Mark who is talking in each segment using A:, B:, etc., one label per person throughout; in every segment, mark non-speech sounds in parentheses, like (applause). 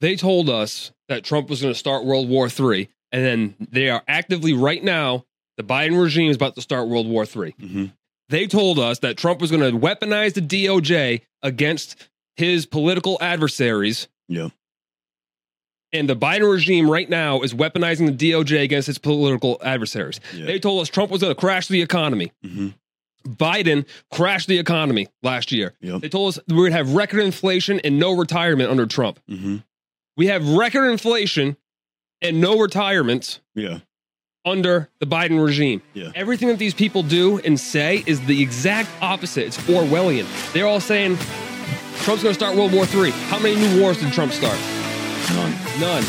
A: They told us that Trump was going to start World War III, and then they are actively right now. The Biden regime is about to start World War III.
B: Mhm.
A: They told us that Trump was going to weaponize the DOJ against his political adversaries.
B: Yeah.
A: And the Biden regime right now is weaponizing the DOJ against its political adversaries.
B: Yeah.
A: They told us Trump was going to crash the economy.
B: Mhm.
A: Biden crashed the economy last year.
B: Yep.
A: They told us we would have record inflation and no retirement under Trump.
B: Mhm.
A: We have record inflation and no retirements
B: Yeah.
A: under the Biden regime.
B: Yeah.
A: Everything that these people do and say is the exact opposite. It's Orwellian. They're all saying Trump's going to start World War III. How many new wars did Trump start?
B: None.
A: None.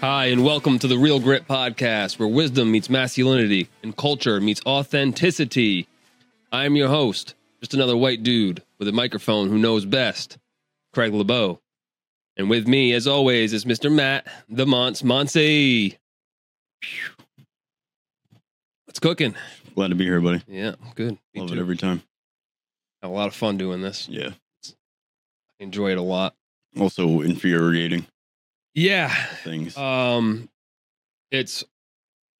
A: Hi, and welcome to the Real Grit Podcast, where wisdom meets masculinity and culture meets authenticity. I am your host, just another white dude with a microphone who knows best, Craig LeBeau. And with me, as always, is Mr. Matt the Monts Monse. What's cooking?
B: Glad to be here, buddy.
A: Yeah, good. Me
B: Love
A: too.
B: it every time.
A: Have a lot of fun doing this.
B: Yeah.
A: Enjoy it a lot.
B: Also infuriating
A: Yeah.
B: things.
A: Um it's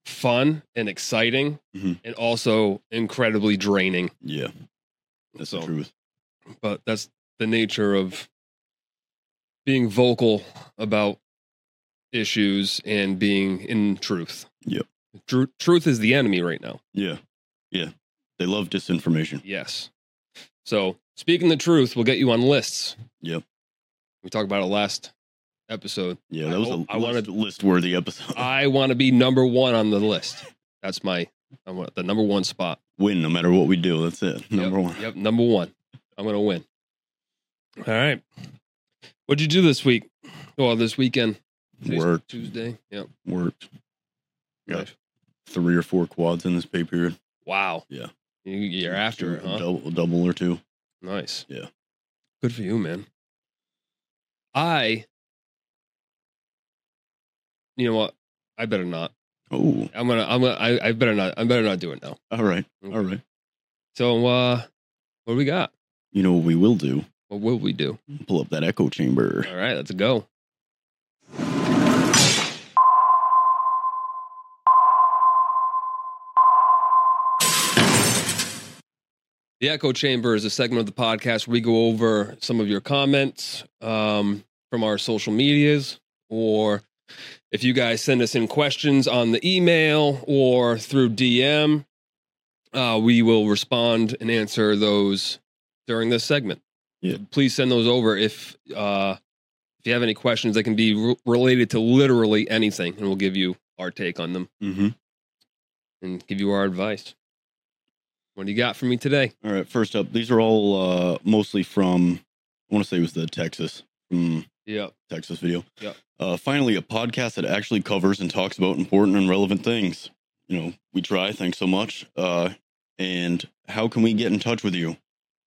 A: fun and exciting
B: Mhm.
A: and also incredibly draining.
B: yeah. That's
A: so-
B: the truth.
A: But that's the nature of being vocal about issues and being in truth.
B: Yep.
A: Tru- truth is the enemy right now.
B: Yeah. Yeah. They love disinformation.
A: Yes. So speaking the truth will get you on lists.
B: Yep.
A: We talked about it last episode.
B: Yeah,
A: I
B: that was a
A: hope- I
B: list, worthy episode. (laughs)
A: I want to be number one on the list. That's my I want the number one spot.
B: Win no matter what we do. That's it. Number
A: Yep.
B: one.
A: Yep, number one. I'm gonna win. All right. What'd you do this week? Well, this weekend. Tues-
B: Worked.
A: Tuesday. Yep.
B: Worked Yeah.
A: Nice.
B: three or four quads in this pay period.
A: Wow.
B: Yeah.
A: You, you're after it,
B: a
A: huh?
B: double, a double or two.
A: Nice.
B: Yeah.
A: Good for you, man. I, you know what? I better not.
B: Oh,
A: I'm gonna. I'm gonna. I, I better not. I better not do it now.
B: all right, all right.
A: So, uh, what do we got?
B: You know what we will do?
A: What will we do?
B: Pull up that echo chamber.
A: All right, let's go. The Echo Chamber is a segment of the podcast where we go over some of your comments um, from our social medias, or if you guys send us in questions on the email or through DM, uh, we will respond and answer those during this segment.
B: Yeah.
A: Please send those over if uh, if you have any questions that can be re- related to literally anything, and we'll give you our take on them
B: Mm-hmm.
A: and give you our advice. What do you got for me today?
B: All right. First up, these are all uh, mostly from. I want to say it was the Texas from
A: Yeah.
B: Texas video.
A: Yep.
B: Uh, finally, a podcast that actually covers and talks about important and relevant things. You know, we try. Thanks so much. Uh, and how can we get in touch with you?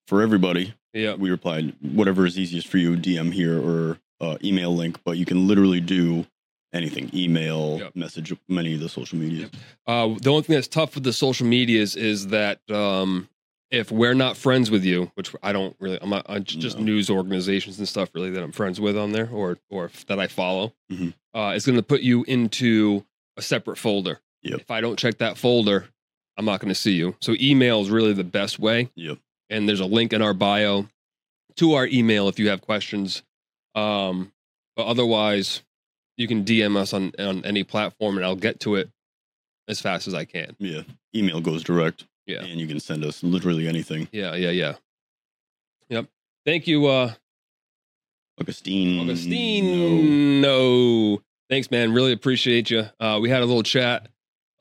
B: For everybody,
A: Yeah.
B: we replied whatever is easiest for you dm here or uh, email link but you can literally do anything email
A: Yep.
B: message many of the social medias
A: Uh, the only thing that's tough with the social medias is that um, if we're not friends with you, which I don't really, I'm not, i just
B: No.
A: news organizations and stuff really that I'm friends with on there or or f- that I follow,
B: Mhm.
A: uh, it's going to put you into a separate folder.
B: Yep.
A: If I don't check that folder, I'm not going to see you. So email is really the best way.
B: Yep.
A: And there's a link in our bio to our email if you have questions. Um, but otherwise, you can DM us on on any platform, and I'll get to it as fast as I can.
B: yeah email goes direct
A: Yeah.
B: and you can send us literally anything
A: Yeah, yeah, yeah. Yep. Thank you, uh
B: augustine Mm,
A: Augustine. No. Thanks, man. Really appreciate you. Uh we had a little chat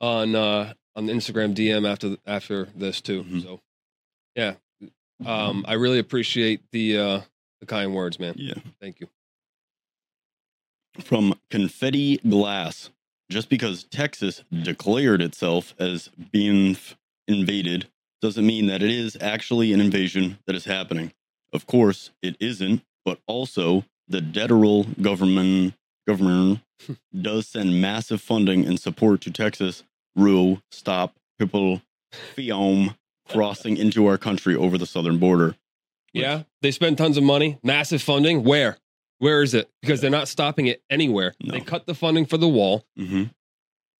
A: on uh on the Instagram DM after after this too.
B: Mhm.
A: So yeah. Um I really appreciate the uh the kind words, man.
B: yeah
A: Thank you.
B: from confetti glass just because texas declared itself as being f- invaded doesn't mean that it is actually an invasion that is happening of course it isn't but also the Deteral government government
A: (laughs)
B: does send massive funding and support to Texas. Rule stop people film crossing into our country over the southern border.
A: Yeah, they spend tons of money, massive funding. Where? Where is it? Because they're not stopping it anywhere.
B: No.
A: They cut the funding for the wall.
B: Mm-hmm.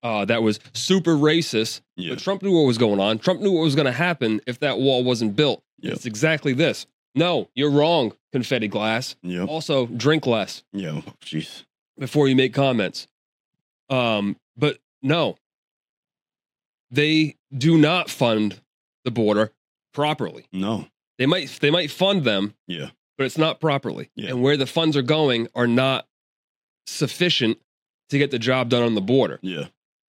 A: Uh, that was super racist.
B: Yeah.
A: But Trump knew what was going on. Trump knew what was going to happen if that wall wasn't built.
B: Yep.
A: It's exactly this. No, you're wrong, confetti glass.
B: Yep.
A: Also, drink less
B: Yeah. Oh, Jeez.
A: before you make comments. Um, but no, they do not fund the border properly.
B: No.
A: They might they might fund them,
B: Yeah.
A: but it's not properly.
B: Yeah.
A: And where the funds are going are not sufficient to get the job done on the border.
B: Yeah.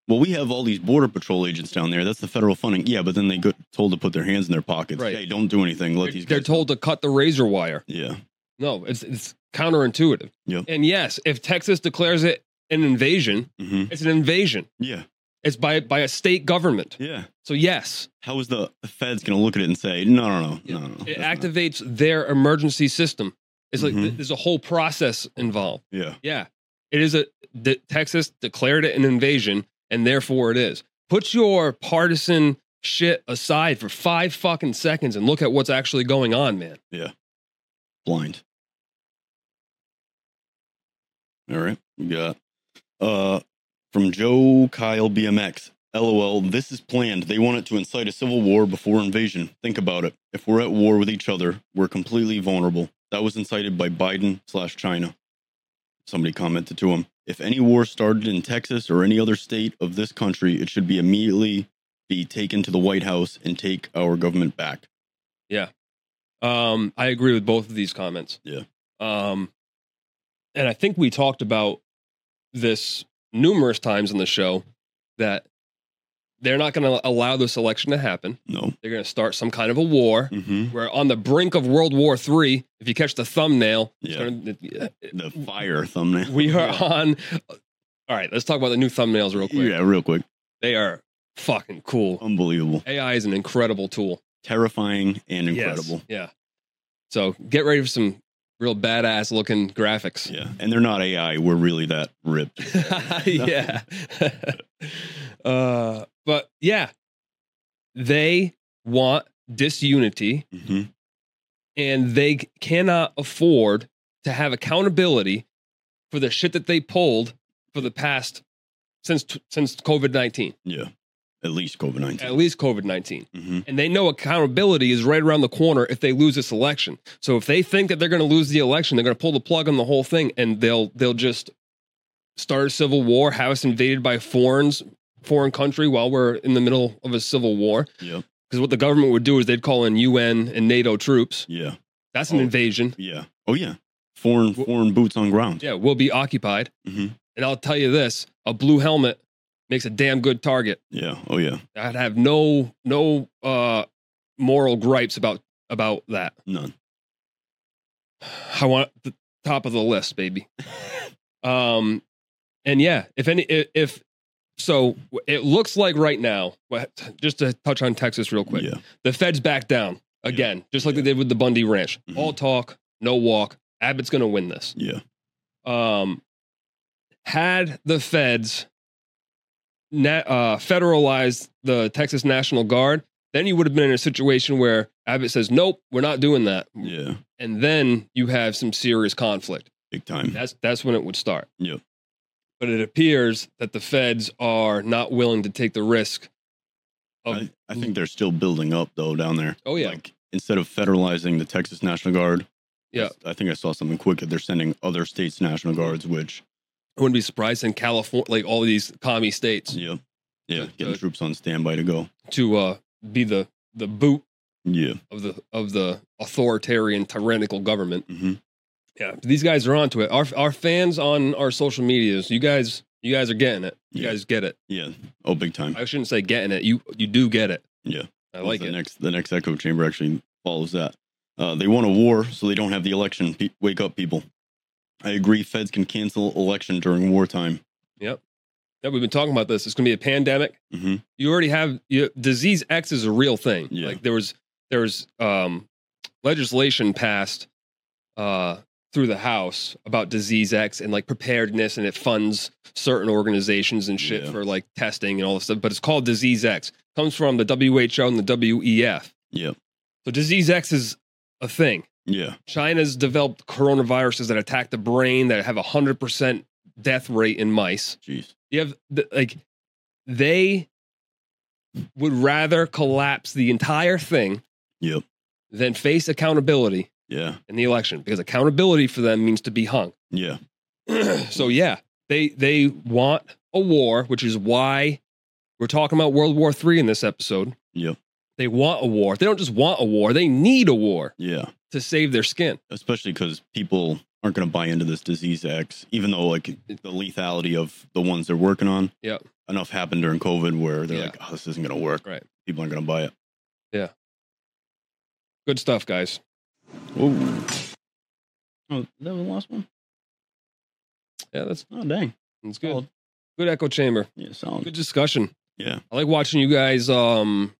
B: Well, we have all these border patrol agents down there. That's the federal funding. Yeah, but then they get told to put their hands in their pockets.
A: Right.
B: Hey, don't do anything. Let
A: They're,
B: these
A: they're
B: guys.
A: told to cut the razor wire.
B: yeah.
A: No, it's it's counterintuitive.
B: Yeah.
A: And yes, if Texas declares it an invasion,
B: hmm
A: it's an invasion.
B: Yeah.
A: It's by by a state government.
B: Yeah.
A: So yes,
B: How is the feds going to look at it and say, no, no, no,
A: Yeah.
B: no, no?
A: it
B: that's not-
A: activates their emergency system. It's like
B: Mhm.
A: th- there's a whole process involved.
B: Yeah.
A: Yeah, it is a de- Texas declared it an invasion, and therefore it is. Put your partisan shit aside for five fucking seconds and look at what's actually going on, man.
B: blind. All right, we got uh from Joe Kyle BMX. LOL, this is planned. They want it to incite a civil war before invasion. Think about it. If we're at war with each other, we're completely vulnerable. That was incited by Biden slash China. Somebody commented to him. If any war started in Texas or any other state of this country, it should be immediately be taken to the White House and take our government back.
A: Um, I agree with both of these comments.
B: Yeah.
A: Um, and I think we talked about this numerous times on the show that they're not going to allow this election to happen.
B: No.
A: They're going to start some kind of a war.
B: Mm-hmm.
A: We're on the brink of World War Three. If you catch the thumbnail, it's
B: Yeah.
A: gonna-
B: The fire
A: (laughs)
B: thumbnail.
A: we are on. All right, let's talk about the new thumbnails real quick.
B: Yeah, Um, real quick.
A: They are fucking cool.
B: Unbelievable.
A: AI is an incredible tool.
B: Terrifying and incredible.
A: Yes, Yeah. So get ready for some real badass looking graphics.
B: Yeah. And they're not AI. We're really that ripped.
A: yeah. (laughs) uh, but yeah, they want disunity
B: hmm
A: and they c- cannot afford to have accountability for the shit that they pulled for the past since t- since COVID-19,
B: Yeah. At least COVID 19.
A: at least COVID-19.
B: hmm
A: And they know accountability is right around the corner if they lose this election. So if they think that they're going to lose the election, they're going to pull the plug on the whole thing, and they'll they'll just start a civil war, have us invaded by foreign's foreign country while we're in the middle of a civil war.
B: Yep.
A: Because what the government would do is they'd call in UN and NATO troops.
B: Yeah.
A: That's an
B: Oh.
A: invasion.
B: Yeah. Oh, yeah. Foreign
A: Wh-
B: foreign boots on ground.
A: Yeah, we'll be occupied.
B: hmm
A: And I'll tell you this: a blue helmet makes a damn good target.
B: Yeah. Oh, yeah.
A: I'd have no no uh, moral gripes about about that.
B: None.
A: I want the top of the list, baby. um, and yeah, if any, if, if so, it looks like right now. what- Just to touch on Texas real quick,
B: Yeah.
A: the Feds back down again, just like
B: Yeah.
A: they did with the Bundy Ranch.
B: Mhm.
A: All talk, no walk. Abbott's going to win this.
B: Yeah.
A: Um, had the Feds na- uh, federalized the Texas National Guard, then you would have been in a situation where Abbott says, "Nope, we're not doing that
B: Yeah.
A: and then you have some serious conflict.
B: Big time.
A: That's that's when it would start.
B: Yeah.
A: But it appears that the feds are not willing to take the risk. Of,
B: I, I think they're still building up, though, down there.
A: um, oh yeah,
B: Like, instead of federalizing the Texas National Guard,
A: Yeah.
B: I think I saw something quick that they're sending other states' National Guards, which,
A: I wouldn't be surprised in California, like all these commie states,
B: yeah. Yeah.
A: Good,
B: Getting
A: good.
B: troops on standby to go.
A: to uh, be the the boot
B: Yeah.
A: of the of the authoritarian tyrannical government.
B: hmm
A: Yeah, these guys are onto it. Our our fans on our social medias, you guys, you guys are getting it. You
B: Yeah.
A: guys get it.
B: Yeah. Oh, big time.
A: I shouldn't say getting it. You you do get it.
B: Yeah.
A: I like
B: the
A: it.
B: next the next echo chamber actually follows that. Uh, they want a war, so they don't have the election. Pe- wake up, people! I agree. Feds can cancel election during wartime.
A: Yeah, we've been talking about this. It's going to be a pandemic.
B: hmm
A: you already have you, disease X is a real thing.
B: Yeah.
A: Like there was there was um, legislation passed uh, through the house about disease X and like preparedness, and it funds certain organizations and shit
B: Yeah.
A: for like testing and all this stuff. But it's called Disease X. Comes from the WHO and the WEF.
B: Yeah.
A: So Disease X is a thing.
B: Yeah.
A: China's developed coronaviruses that attack the brain that have a hundred percent death rate in mice.
B: Jeez.
A: You have th- like they would rather collapse the entire thing
B: Yep.
A: than face accountability
B: Yeah.
A: in the election because accountability for them means to be hung. (clears throat)
B: Yeah.
A: so yeah, they they want a war, which is why we're talking about World War III in this episode.
B: Yep.
A: They want a war. They don't just want a war, they need a war
B: Yeah.
A: to save their skin.
B: Especially because people aren't going to buy into this disease X, even though like the lethality of the ones they're working on.
A: Yep.
B: Enough happened during COVID where they're
A: Yeah.
B: like, oh, this isn't going to work.
A: Right.
B: People aren't going to buy it.
A: Good stuff, guys.
B: Ooh. Oh, that was the last one?
A: Yeah, that's
B: Oh, dang.
A: that's good.
B: Solid.
A: Good echo chamber.
B: Yeah, sound.
A: Good discussion.
B: Yeah.
A: I like watching you guys um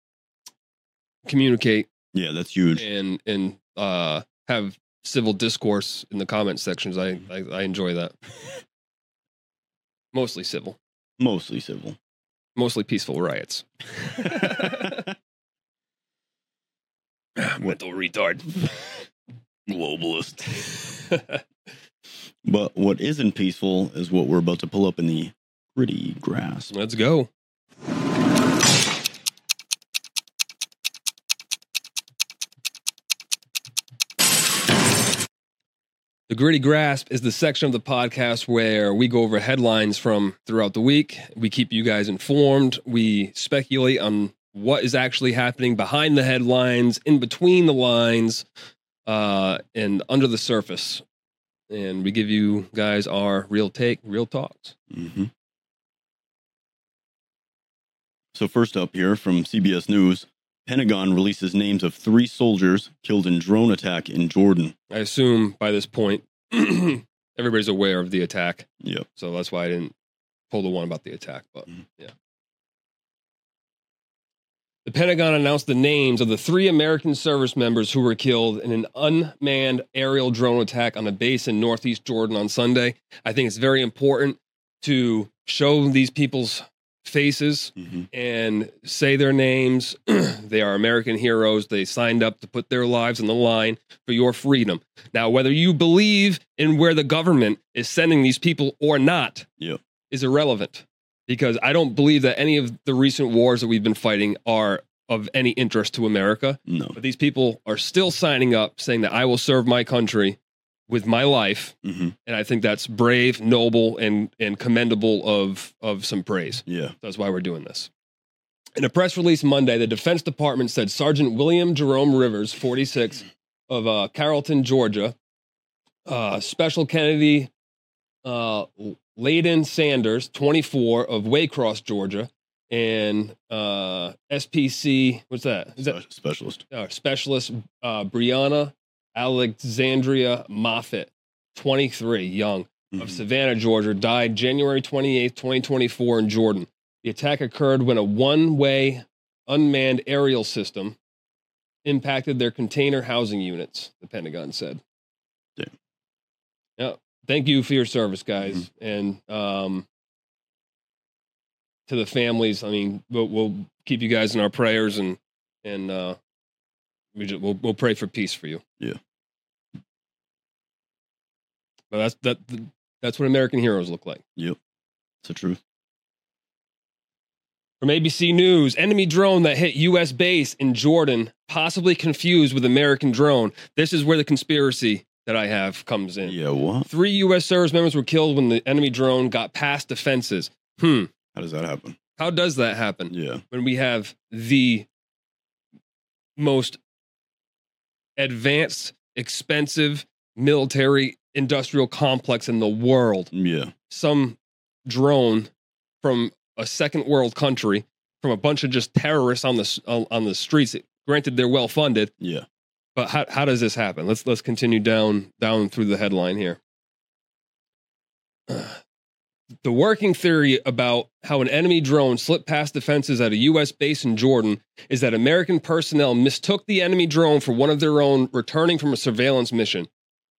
A: communicate
B: Yeah, that's huge.
A: and and uh have civil discourse in the comment sections. I I,
B: Mm-hmm.
A: I enjoy
B: (laughs)
A: that. Mostly civil.
B: Mostly (laughs) civil.
A: Mostly peaceful riots.
B: (laughs)
A: Mental
B: (laughs)
A: retard.
B: Globalist. But what isn't peaceful is what we're about to pull up in the gritty grass.
A: Let's go. The Gritty Grasp is the section of the podcast where we go over headlines from throughout the week. We keep you guys informed. We speculate on what is actually happening behind the headlines, in between the lines, uh, and under the surface. And we give you guys our real take, real talks.
B: hmm So, first up here from CBS News Pentagon releases names of three soldiers killed in drone attack in Jordan.
A: I assume by this point (clears throat) everybody's aware of the attack,
B: Yep.
A: so that's why I didn't pull the one about the attack. But
B: Mhm.
A: yeah, the Pentagon announced the names of the three American service members who were killed in an unmanned aerial drone attack on a base in northeast Jordan on Sunday. I think it's very important to show these people's faces
B: Mm-hmm.
A: and say their names. (clears throat) they are American heroes. They signed up to put their lives on the line for your freedom. Now, whether you believe in where the government is sending these people or not
B: Yeah.
A: is irrelevant because I don't believe that any of the recent wars that we've been fighting are of any interest to America.
B: No.
A: But these people are still signing up saying that I will serve my country with my life.
B: hmm
A: And I think that's brave, noble, and, and commendable of, of some praise.
B: Yeah.
A: That's why we're doing this. In a press release Monday, the Defense Department said Sergeant William Jerome Rivers, 46, of uh, Carrollton, Georgia, uh, Special Kennedy uh, Layden Sanders, 24, of Waycross, Georgia, and uh, SPC, what's that? Is that
B: Spe- specialist.
A: uh, specialist uh, Brianna Alexandria Moffitt, 23, young of
B: Mhm.
A: Savannah, Georgia, died January 28, 2024, in Jordan. The attack occurred when a one way unmanned aerial system impacted their container housing units, the Pentagon said.
B: Yeah.
A: Yeah. Thank you for your service, guys. And um, to the families, I mean, we'll, we'll keep you guys in our prayers and, and, uh, we just, we'll, we'll pray for peace for you.
B: Yeah.
A: But that's, that, that's what American heroes look like.
B: It's the truth.
A: From ABC News, enemy drone that hit U.S. base in Jordan, possibly confused with American drone. This is where the conspiracy that I have comes in.
B: Yeah. What?
A: Three U.S. service members were killed when the enemy drone got past the fences. Hmm.
B: How does that happen?
A: How does that happen
B: Yeah.
A: when we have the most advanced, expensive military industrial complex in the world?
B: Yeah.
A: some drone from a second world country from a bunch of just terrorists on the s- on on the streets. Granted, they're well funded,
B: Yeah.
A: but how how does this happen? Let's let's continue down down through the headline here. (sighs) The working theory about how an enemy drone slipped past the fences at a U.S. base in Jordan is that American personnel mistook the enemy drone for one of their own returning from a surveillance mission.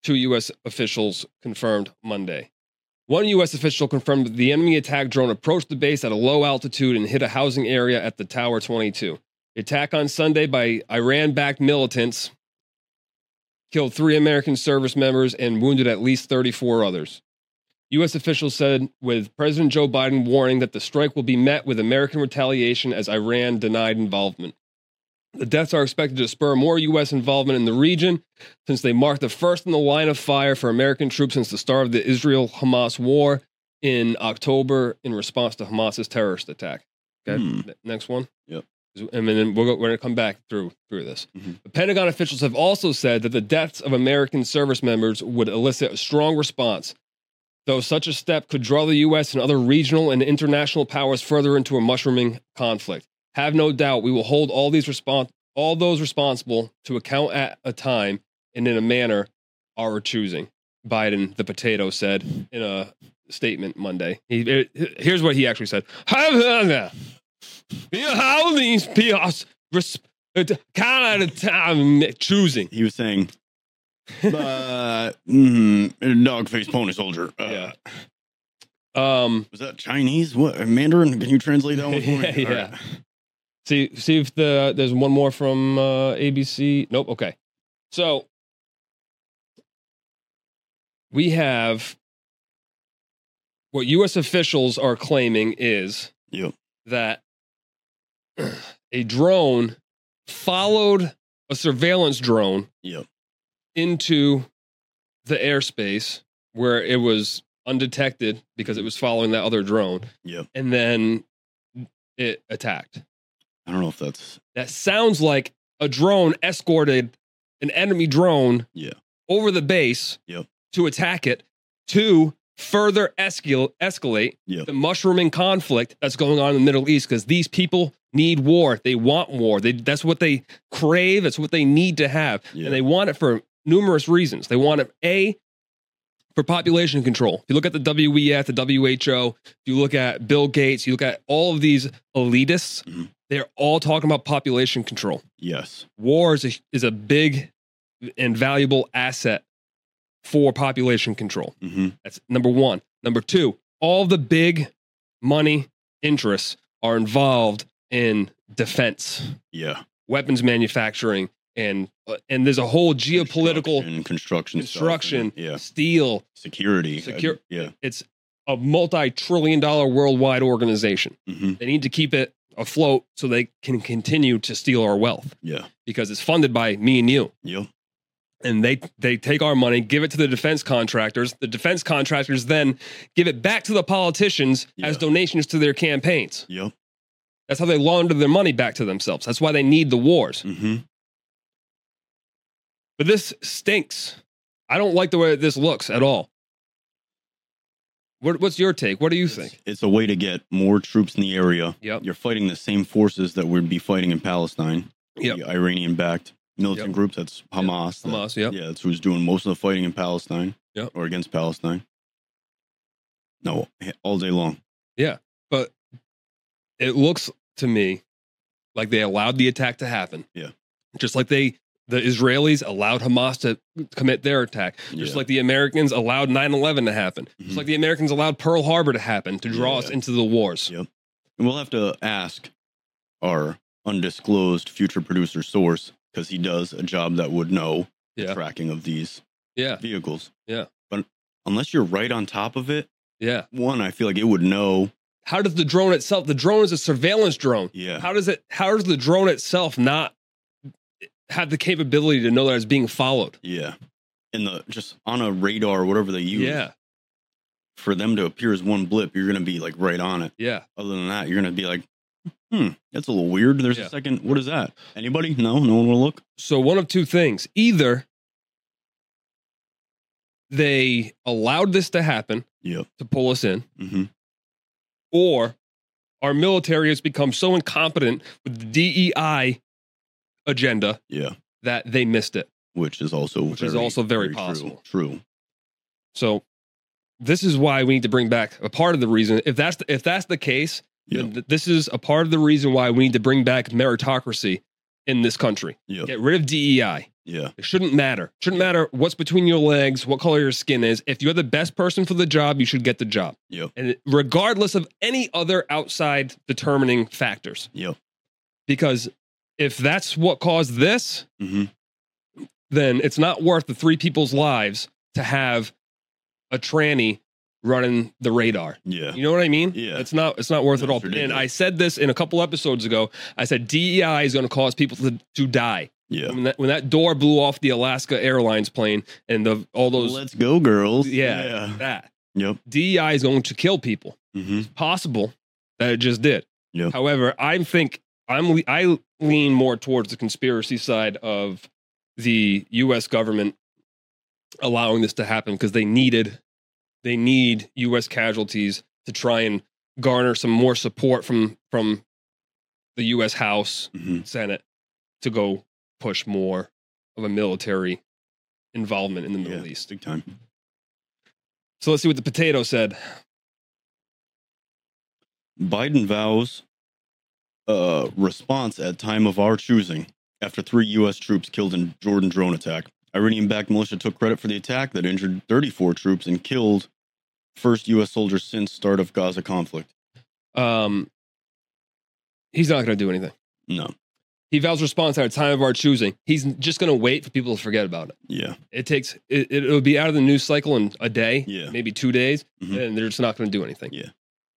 A: two U.S. officials confirmed Monday. One U.S. official confirmed that the enemy attack drone approached the base at a low altitude and hit a housing area at the Tower 22. The attack on Sunday by Iran backed militants killed three American service members and wounded at least 34 others. U.S. officials said, with President Joe Biden warning that the strike will be met with American retaliation as Iran denied involvement. The deaths are expected to spur more U.S. involvement in the region since they mark the first in the line of fire for American troops since the start of the Israel Hamas war in October in response to Hamas's terrorist attack. Okay,
B: Hmm.
A: ne- next one.
B: Yep.
A: And then we'll go, we're going to come back through through this.
B: Mhm.
A: The Pentagon officials have also said that the deaths of American service members would elicit a strong response, though such a step could draw the U.S. and other regional and international powers further into a mushrooming conflict. Have no doubt we will hold all these respons- all those responsible to account at a time and in a manner our choosing. Biden, the potato, said in a statement Monday. He, it- here's what he actually said: Have how these people res- it- count at a time choosing.
B: He
A: (laughs)
B: was saying, uh, mm, dog faced pony soldier. Uh,
A: Yeah. Um,
B: Was that Chinese? What Mandarin? Can you translate that
A: (laughs)
B: one for me?
A: Yeah,
B: All
A: yeah. see see if the there's one more from uh, ABC. Nope. Okay, so we have what U.S. officials are claiming is
B: Yep.
A: that a drone followed a surveillance drone
B: Yep.
A: into the airspace where it was undetected because it was following that other drone.
B: Yep.
A: And then it attacked.
B: I don't know if that's
A: That sounds like a drone escorted an enemy drone
B: Yeah.
A: over the base
B: Yep.
A: to attack it to further escal- escalate
B: Yep.
A: the mushrooming conflict that's going on in the Middle East because these people need war. They want war. They, that's what they crave. That's what they need to have.
B: Yeah.
A: And they want it for numerous reasons. They want it, A, for population control. If you look at the WEF, the WHO, if you look at Bill Gates, you look at all of these elitists,
B: Mhm.
A: they're all talking about population control.
B: yes.
A: War is a, is a big and valuable asset for population control.
B: hmm
A: That's number one. Number two, all the big money interests are involved in defense,
B: Yeah.
A: weapons manufacturing, and uh, and there's a whole geopolitical
B: construction, construction, stuff,
A: construction,
B: and, yeah.
A: steel.
B: Security.
A: Secure-
B: I- yeah.
A: It's a multi-trillion-dollar worldwide organization.
B: hmm
A: They need to keep it afloat so they can continue to steal our wealth
B: Yeah.
A: because it's funded by me and you.
B: Yep.
A: and they they take our money, give it to the defense contractors. The defense contractors then give it back to the politicians as
B: Yeah.
A: donations to their campaigns.
B: Yep.
A: That's how they launder their money back to themselves. That's why they need the wars.
B: hmm
A: But this stinks. I don't like the way this looks at all. What, what's your take? What do you think?
B: It's a way to get more troops in the area.
A: Yep.
B: You're fighting the same forces that would be fighting in Palestine.
A: Yep.
B: The Iranian backed militant
A: Yep.
B: group. That's Hamas. that-
A: Hamas, yep.
B: Yeah, that's who's doing most of the fighting in Palestine
A: Yep.
B: or against Palestine. No, all day long.
A: It looks to me like they allowed the attack to happen.
B: Yeah.
A: Just like they the Israelis allowed Hamas to commit their attack. Just
B: Yeah.
A: like the Americans allowed 9 11 to happen. Just
B: Mhm.
A: like the Americans allowed Pearl Harbor to happen to draw us
B: Yeah.
A: into the wars.
B: Yeah. And we'll have to ask our undisclosed future producer source because he does a job that would know the
A: Yeah.
B: tracking of these
A: Yeah.
B: vehicles.
A: Yeah.
B: But unless you're right on top of it,
A: Yeah.
B: one, I feel like it would know.
A: How does the drone itself, the drone is a surveillance drone.
B: Yeah.
A: How does it, how does the drone itself not have the capability to know that it's being followed?
B: yeah. And the just on a radar, whatever they use,
A: Yeah.
B: for them to appear as one blip, you're going to be like right on it.
A: Yeah.
B: Other than that, you're going to be like, hmm, that's a little weird. There's
A: Yeah.
B: a second. What is that? Anybody? No, no one will look.
A: So one of two things. Either they allowed this to happen
B: Yep.
A: to pull us in,
B: Mm-hmm.
A: or our military has become so incompetent with the DEI agenda
B: Yeah.
A: that they missed it.
B: Which is also
A: Which is also very possible.
B: True. true.
A: So this is why we need to bring back a part of the reason. If that's the, if that's the case, then th- this is a part of E the reason why we need to bring back meritocracy in this country.
B: Yeah.
A: Get rid of DEI.
B: Yeah.
A: It shouldn't matter. shouldn't matter what's between your legs, what color your skin is. If you're the best person for the job, you should get the job.
B: Yep.
A: And regardless of any other outside determining factors.
B: Yep.
A: Because if that's what caused this,
B: Mm-hmm.
A: then it's not worth the three people's lives to have a tranny running the radar.
B: Yeah.
A: You know what I mean?
B: Yeah.
A: It's not it's not worth it
B: That's
A: all. And
B: ridiculous.
A: I said this in a couple episodes ago. I said DEI is going to cause people to, to die.
B: Yeah.
A: When that when that door blew off the Alaska Airlines plane and the all those
B: Let's go, girls.
A: Yeah. that
B: Yep.
A: DEI is going to kill people.
B: Mm-hmm.
A: Possible that it just did.
B: Yeah.
A: However, I think I'm le- I lean more towards the conspiracy side of the U.S. government allowing this to happen because they needed they need U.S. casualties to try and garner some more support from from the U.S. House
B: Mm-hmm.
A: Senate to go push more of a military involvement in the Middle
B: Yeah.
A: East.
B: Big time.
A: So let's see what the potato said.
B: Biden vows uh, response at time of our choosing after three U.S. troops killed in Jordan drone attack. Iranian-backed militia took credit for the attack that injured 34 troops and killed first U.S. soldiers since start of Gaza conflict.
A: Um, he's not going to do anything.
B: No,
A: He vows response at a time of our choosing. He's just going to wait for people to forget about it.
B: yeah,
A: It takes it, it'll be out of the news cycle in a day,
B: Yeah.
A: maybe two days,
B: Mhm.
A: and they're just not going to do anything.
B: Yeah.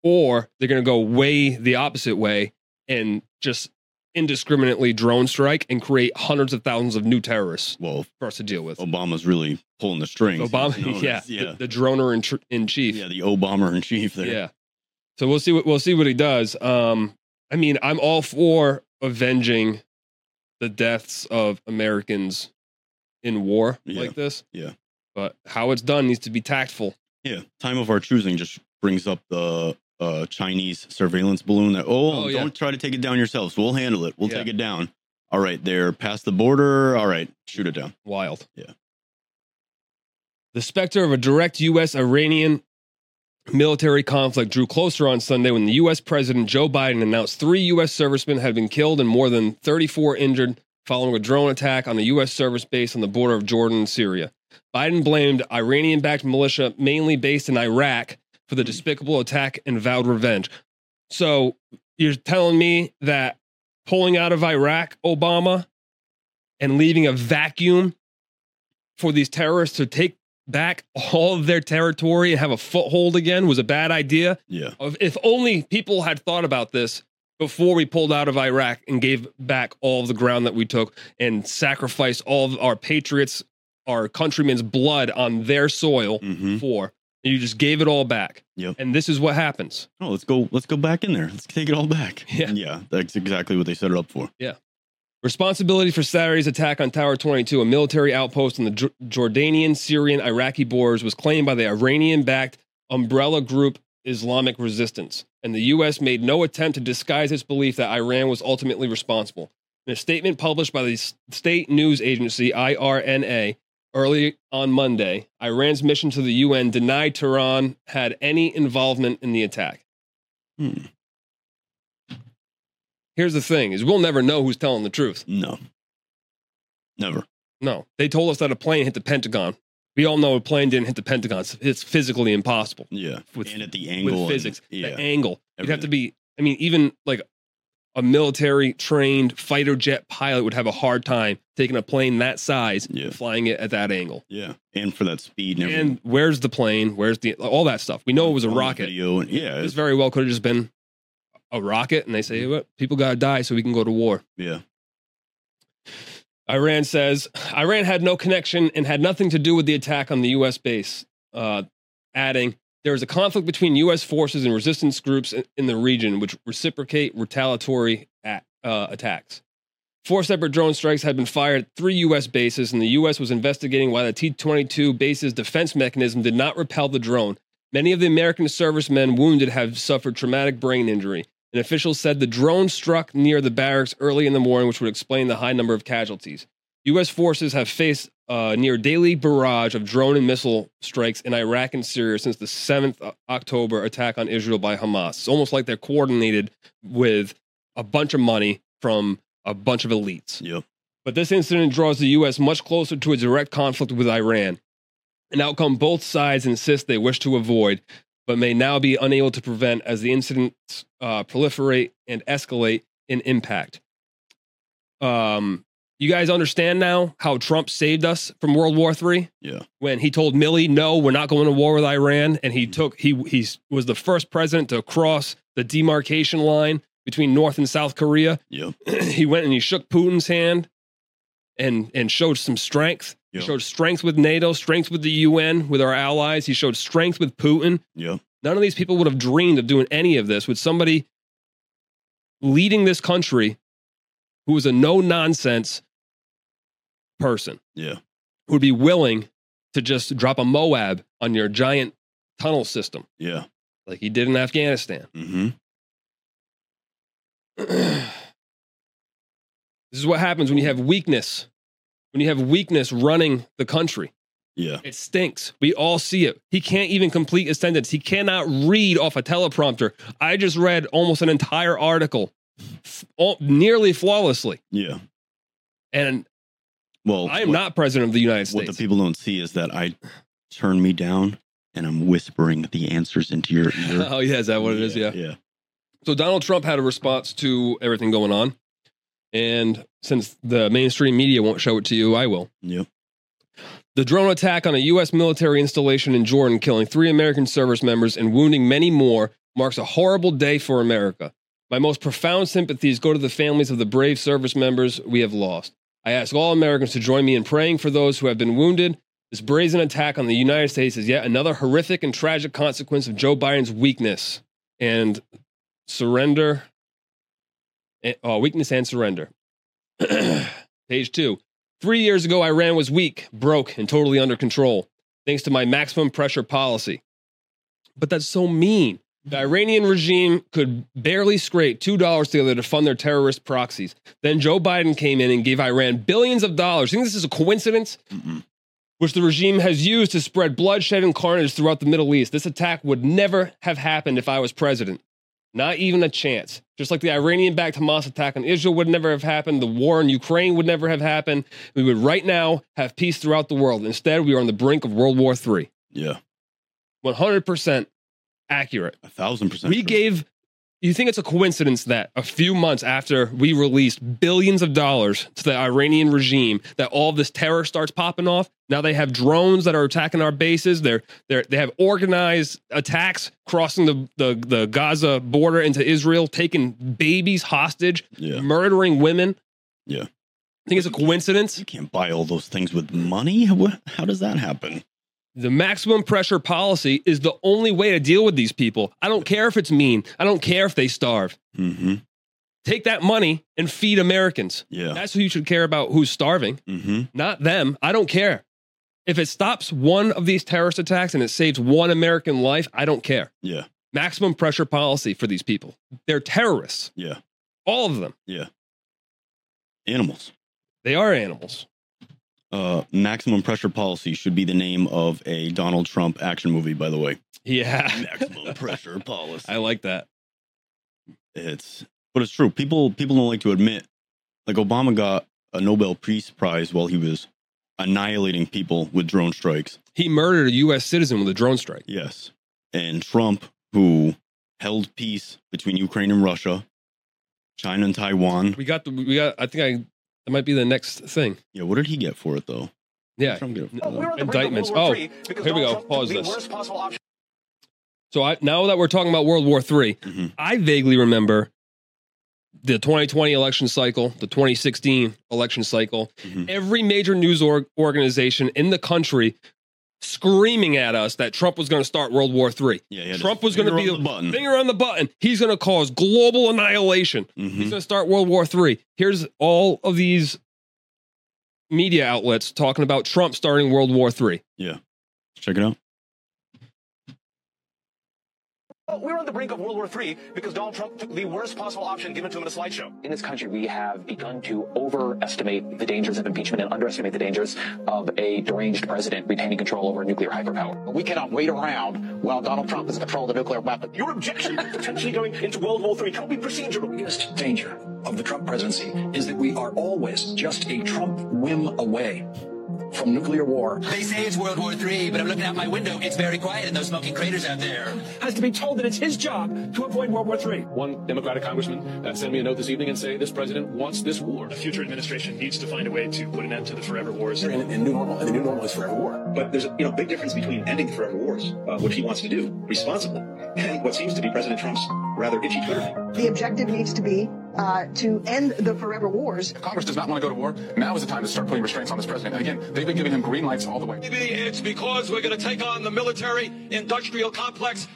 A: Or they're going to go way the opposite way and just indiscriminately drone strike and create hundreds of thousands of new terrorists
B: well,
A: for us to deal with.
B: Obama's really pulling the strings.
A: Obama,
B: You know,
A: (laughs) yeah,
B: yeah,
A: the, the droner in, tr- in chief.
B: yeah, the Obama in chief there.
A: Yeah. So we'll see what we'll see what he does. Um, I mean, I'm all for avenging the deaths of Americans in war
B: Yeah.
A: like this.
B: Yeah.
A: But how it's done needs to be tactful.
B: Yeah, time of our choosing just brings up the uh, Chinese surveillance balloon. That oh,
A: Oh, yeah.
B: don't try to take it down yourselves. We'll handle it. We'll
A: Yeah.
B: take it down. All right, they're past the border. All right, shoot it down.
A: Wild.
B: Yeah.
A: The specter of a direct U.S. Iranian military conflict drew closer on Sunday when the U.S. President Joe Biden announced three U.S. servicemen had been killed and more than 34 injured following a drone attack on the U.S. service base on the border of Jordan and Syria. Biden blamed Iranian backed militia, mainly based in Iraq, for the despicable attack and vowed revenge. So you're telling me that pulling out of Iraq, Obama, and leaving a vacuum for these terrorists to take back all of their territory and have a foothold again was a bad idea.
B: Yeah,
A: Of if only people had thought about this before we pulled out of Iraq and gave back all of the ground that we took and sacrificed all of our patriots, our countrymen's blood on their soil
B: hmm
A: for. And you just gave it all back.
B: Yep.
A: And this is what happens.
B: Oh, let's go. Let's go back in there. Let's take it all back.
A: (laughs) Yeah.
B: yeah. That's exactly what they set it up for.
A: Responsibility for Saturday's attack on Tower 22, a military outpost on the Jor- Jordanian, Syrian, Iraqi borders, was claimed by the Iranian backed umbrella group Islamic Resistance. And the U.S. made no attempt to disguise its belief that Iran was ultimately responsible. In a statement published by the s- state news agency IRNA early on Monday, Iran's mission to the UN denied Tehran had any involvement in the attack.
B: Hmm.
A: Here's the thing is we'll never know who's telling the truth.
B: No, never.
A: No, they told us that a plane hit the Pentagon. We all know a plane didn't hit the Pentagon. It's- It's physically impossible
B: Yeah,
A: with
B: and at the angle
A: with
B: and-
A: physics.
B: yeah,
A: The angle. You'd have to be. I mean, even like a military trained fighter jet pilot would have a hard time taking a plane that size,
B: Yeah.
A: flying it at that angle.
B: yeah, and for that speed and, everything.
A: And where's the plane? Where's the all that stuff? We know it was a
B: On the
A: rocket.
B: Video and, yeah,
A: This
B: it's-
A: very well could have just been a rocket, and they say, "What? People gotta die so we can go to war."
B: yeah,
A: Iran says Iran had no connection and had nothing to do with the attack on the U.S. base, uh, adding, There is a conflict between U.S. forces and resistance groups in- in the region, which reciprocate retaliatory a- uh, attacks. Four separate drone strikes had been fired at three U.S. bases, and the U.S. was investigating why the T 22 base's defense mechanism did not repel the drone. Many of the American servicemen wounded have suffered traumatic brain injury. An official said the drone struck near the barracks early in the morning, which would explain the high number of casualties. U.S. forces have faced a near daily barrage of drone and missile strikes in Iraq and Syria since the 7th O- October attack on Israel by Hamas. It's almost like they're coordinated with a bunch of money from a bunch of elites.
B: Yep.
A: But this incident draws the U.S. much closer to a direct conflict with Iran, an outcome both sides insist they wish to avoid, but may now be unable to prevent as the incidents uh, proliferate and escalate in impact. Um, you guys understand now how Trump saved us from World War III?
B: Yeah.
A: When he told Milley, "No, we're not going to war with Iran," and he
B: Mhm.
A: took he he was the first president to cross the demarcation line between North and South Korea (clears throat)
B: Yep.
A: he went and he shook Putin's hand and and showed some strength.
B: Yeah.
A: He showed strength with NATO, strength with the UN, with our allies. He showed strength with Putin.
B: Yep.
A: None of these people would have dreamed of doing any of this with somebody leading this country who was a no nonsense person.
B: Yeah.
A: Who would be willing to just drop a Moab on your giant tunnel system
B: Yeah.
A: like he did in Afghanistan. (clears throat)
B: Mm-hmm.
A: this is what happens when you have weakness. When you have weakness running the country,
B: Yeah.
A: it stinks. We all see it. He can't even complete a sentence. He cannot read off a teleprompter. I just read almost an entire article, f- al- nearly flawlessly.
B: Yeah.
A: And
B: Well,
A: I am
B: what-
A: not president of the United
B: What the
A: States.
B: people don't see is that I turn me down and I'm whispering the answers into
A: (laughs)
B: your ear.
A: Oh yeah, is that what it is? Yeah.
B: Yeah.
A: So Donald Trump had a response to everything going on, and since the mainstream media won't show it to you, I will.
B: Yep.
A: The drone attack on a U.S. military installation in Jordan, killing three American service members and wounding many more, marks a horrible day for America. My most profound sympathies go to the families of the brave service members we have lost. I ask all Americans to join me in praying for those who have been wounded. This brazen attack on the United States is yet another horrific and tragic consequence of Joe Biden's weakness and surrender. eh, Oh, weakness and surrender. (clears throat) Page two. Three years ago, Iran was weak, broke, and totally under control, thanks to my maximum pressure policy. But that's so mean. The Iranian regime could barely scrape $2 together to fund their terrorist proxies. Then Joe Biden came in and gave Iran billions of dollars. You think this is a coincidence?
B: Mm-mm.
A: which the regime has used to spread bloodshed and carnage throughout the Middle East. This attack would never have happened if I was president. Not even a chance. Just like the Iranian backed Hamas attack on Israel would never have happened, the war in Ukraine would never have happened. We would right now have peace throughout the world. Instead, we are on the brink of World War III.
B: Yeah.
A: 100% accurate.
B: A thousand percent.
A: We
B: true.
A: gave, you think it's a coincidence that a few months after we released billions of dollars to the Iranian regime, that all this terror starts popping off? Now they have drones that are attacking our bases. They're, they're, they have organized attacks crossing the, the, the Gaza border into Israel, taking babies hostage,
B: Yeah.
A: murdering women.
B: Yeah.
A: Think it's a coincidence?
B: You can't buy all those things with money. What? How does that happen?
A: The maximum pressure policy is the only way to deal with these people. I don't care if it's mean. I don't care if they starve.
B: Mm-hmm.
A: take that money and feed Americans.
B: Yeah.
A: That's who you should care about who's starving,
B: Mm-hmm.
A: not them. I don't care. If it stops one of these terrorist attacks and it saves one American life, I don't care.
B: Yeah.
A: Maximum pressure policy for these people. They're terrorists,
B: Yeah.
A: all of them.
B: Animals.
A: They are animals. (laughs)
B: Uh, maximum pressure policy should be the name of a Donald Trump action movie. By the
A: (laughs)
B: way,
A: Yeah.
B: maximum pressure policy.
A: I like that.
B: it's but it's true people people don't like to admit like obama got a nobel peace prize while he was annihilating people with drone strikes
A: He murdered a U.S. citizen with a drone strike.
B: yes and trump who held peace between ukraine and russia china and taiwan
A: We got the, we got, I think I, that might be the next thing.
B: yeah what did he get for it though
A: Yeah.
B: Trump get it for
C: Oh, we were
B: that?
C: on the brink of
A: Indictments.
C: World War
A: Oh,
C: III because
A: here we go.
C: Donald Trump
A: Pause
C: took the
A: this.
C: worst possible option.
A: So I, now that we're talking about World War III,
B: Mhm.
A: I vaguely remember the 2020 election cycle, the 2016 election cycle,
B: Mhm.
A: every major news org- organization in the country screaming at us that Trump was going to start World War III.
B: yeah he had
A: Trump
B: his
A: was gonna
B: finger
A: be
B: on button
A: Finger on the button. He's going to cause global annihilation. He's
B: Mhm.
A: going to start World War III. Here's all of these media outlets talking about Trump starting World War III.
B: check it out
C: Oh, we were on the brink of World War III because Donald Trump took the worst possible option given to him in a slideshow.
D: In this country, we have begun to overestimate the dangers of impeachment and underestimate the dangers of a deranged president retaining control over a nuclear hyperpower.
E: We cannot wait around while Donald Trump is in control of the nuclear weapon.
C: Your objection to potentially going into World War III can be procedural.
D: Biggest danger
E: of the Trump presidency is that we are always just a Trump whim away from nuclear war.
F: They say it's World War III, but I'm looking out my window. It's very quiet in those smoking craters out there.
G: has to be told that it's his job to avoid World War III.
H: one Democratic congressman uh, send me a note this evening and say this president wants this war.
I: The future administration needs to find a way to put an end to the forever wars.
E: We're in, in new normal, and the new normal is forever war.
J: But there's a you know big difference between ending the forever wars, uh, which he wants to do responsibly, and what seems to be President Trump's rather itchy Twitter feed.
K: The objective needs to be uh, to end the forever wars.
C: If Congress does not want to go to war, now is the time to start putting restraints on this president. And again, they've been giving him green lights all the way.
F: Maybe it's because we're going to take on the military industrial complex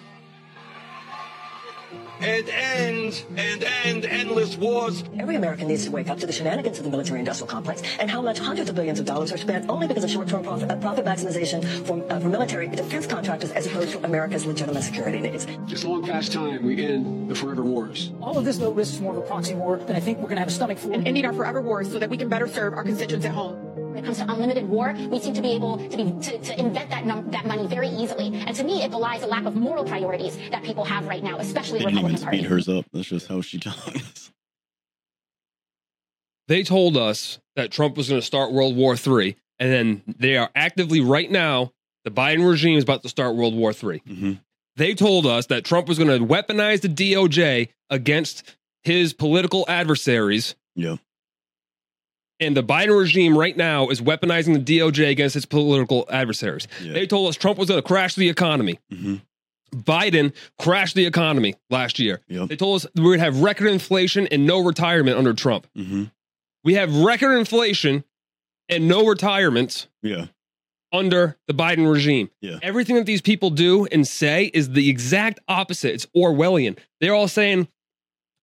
F: and end and end endless wars.
L: Every American needs to wake up to the shenanigans of the military industrial complex and how much hundreds of billions of dollars are spent only because of short term profit, uh, profit maximization for, uh, for military defense contractors as opposed to America's legitimate security needs.
H: It's long past time we end the forever wars.
G: All of this, though, risks more of a proxy war than I think we're going to have a stomach for.
M: and ending our forever wars so that we can better serve our constituents at home.
N: When it comes to unlimited war, we seem to be able to be to, to invent that num- that money very easily. And to me, it belies a lack of moral priorities that people have right now, especially
B: They
N: the
B: didn't
N: Republican
B: even speed
N: Party.
B: hers up. That's just how she (laughs) talks.
A: They told us that Trump was going to start World War III, and then they are actively right now. The Biden regime is about to start World War III.
B: Mhm.
A: They told us that Trump was going to weaponize the DOJ against his political adversaries,
B: Yeah.
A: and the Biden regime right now is weaponizing the DOJ against its political adversaries.
B: Yeah.
A: They told us Trump was going to crash the economy.
B: hmm
A: Biden crashed the economy last year.
B: Yep.
A: They told us we would have record inflation and no retirement under Trump.
B: hmm
A: We have record inflation and no retirements
B: Yeah.
A: under the Biden regime.
B: Yeah.
A: Everything that these people do and say is the exact opposite. It's Orwellian. They're all saying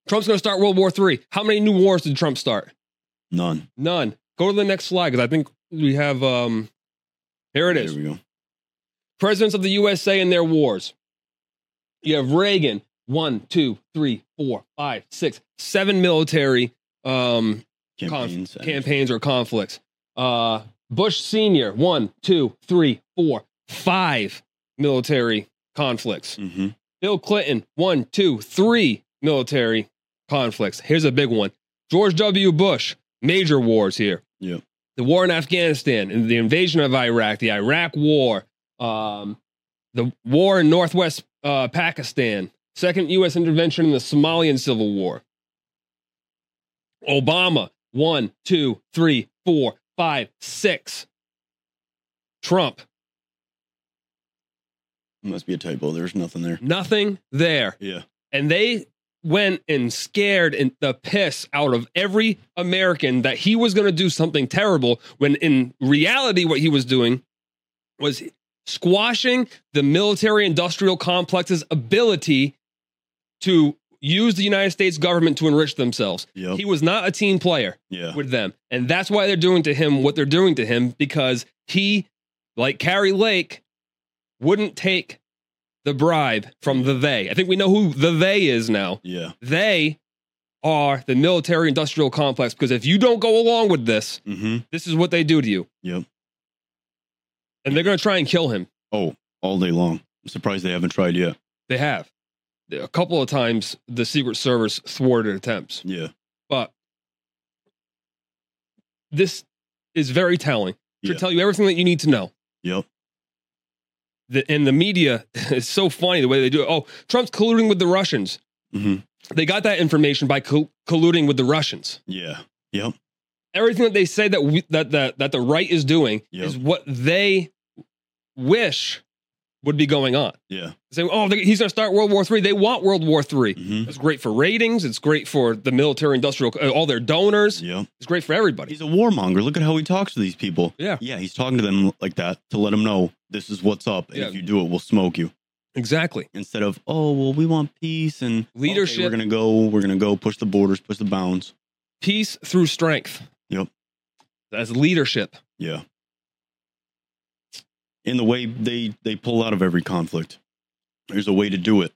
A: Trump's going to start World War III. How many new wars did Trump start?
B: None.
A: None. Go to the next slide because I think we have. Um, here it is.
B: There we go.
A: Presidents of the USA and their wars. You have Reagan, one, two, three, four, five, six, seven military um, conf-
B: Campaigns.
A: campaigns or conflicts. Uh, Bush Sr., one, two, three, four, five military conflicts.
B: hmm
A: Bill Clinton, one, two, three military conflicts. Here's a big one George W. Bush, major wars here.
B: Yep.
A: The war in Afghanistan, and the invasion of Iraq, the Iraq war, um, the war in Northwest uh, Pakistan, second U.S. intervention in the Somalian Civil War. Obama, one, two, three, four, five, six. Trump,
B: Must be a typo. There's nothing there.
A: nothing there.
B: Yeah.
A: and they went and scared and the piss out of every American that he was going to do something terrible when in reality what he was doing was squashing the military industrial complex's ability to use the United States government to enrich themselves.
B: Yep.
A: He was not a team player
B: Yeah.
A: with them. And that's why they're doing to him what they're doing to him because he, like Carrie Lake, wouldn't take the bribe from the they. I think we know who the they is now.
B: Yeah.
A: They are the military industrial complex because if you don't go along with this,
B: hmm
A: this is what they do to you.
B: Yep.
A: And they're going to try and kill him.
B: Oh, all day long. I'm surprised they haven't tried yet.
A: They have. A couple of times the Secret Service thwarted attempts.
B: Yeah.
A: But this is very telling. Should
B: Yeah.
A: tell you everything that you need to know.
B: Yep.
A: The, and the media (laughs) is so funny the way they do it. Oh, Trump's colluding with the Russians.
B: hmm
A: They got that information by col- colluding with the Russians.
B: Yeah. Yep.
A: Everything that they say that we, that, that that the right is doing
B: Yep.
A: is what they wish would be going on.
B: Yeah.
A: They say, oh, they, he's going to start World War Three. They want World War Three.
B: hmm
A: It's great for ratings. It's great for the military industrial, uh, all their donors.
B: Yep.
A: It's great for everybody.
B: He's a warmonger. Look at how he talks to these people.
A: Yeah.
B: Yeah. He's talking to them like that to let them know this is what's up. And
A: Yeah.
B: if you do it, we'll smoke you.
A: Exactly.
B: Instead of, oh, well, we want peace and okay,
A: Leadership.
B: we're going to go, we're going to go push the borders, push the bounds.
A: Peace through strength.
B: Yep.
A: That's leadership.
B: Yeah. In the way they they pull out of every conflict, there's a way to do it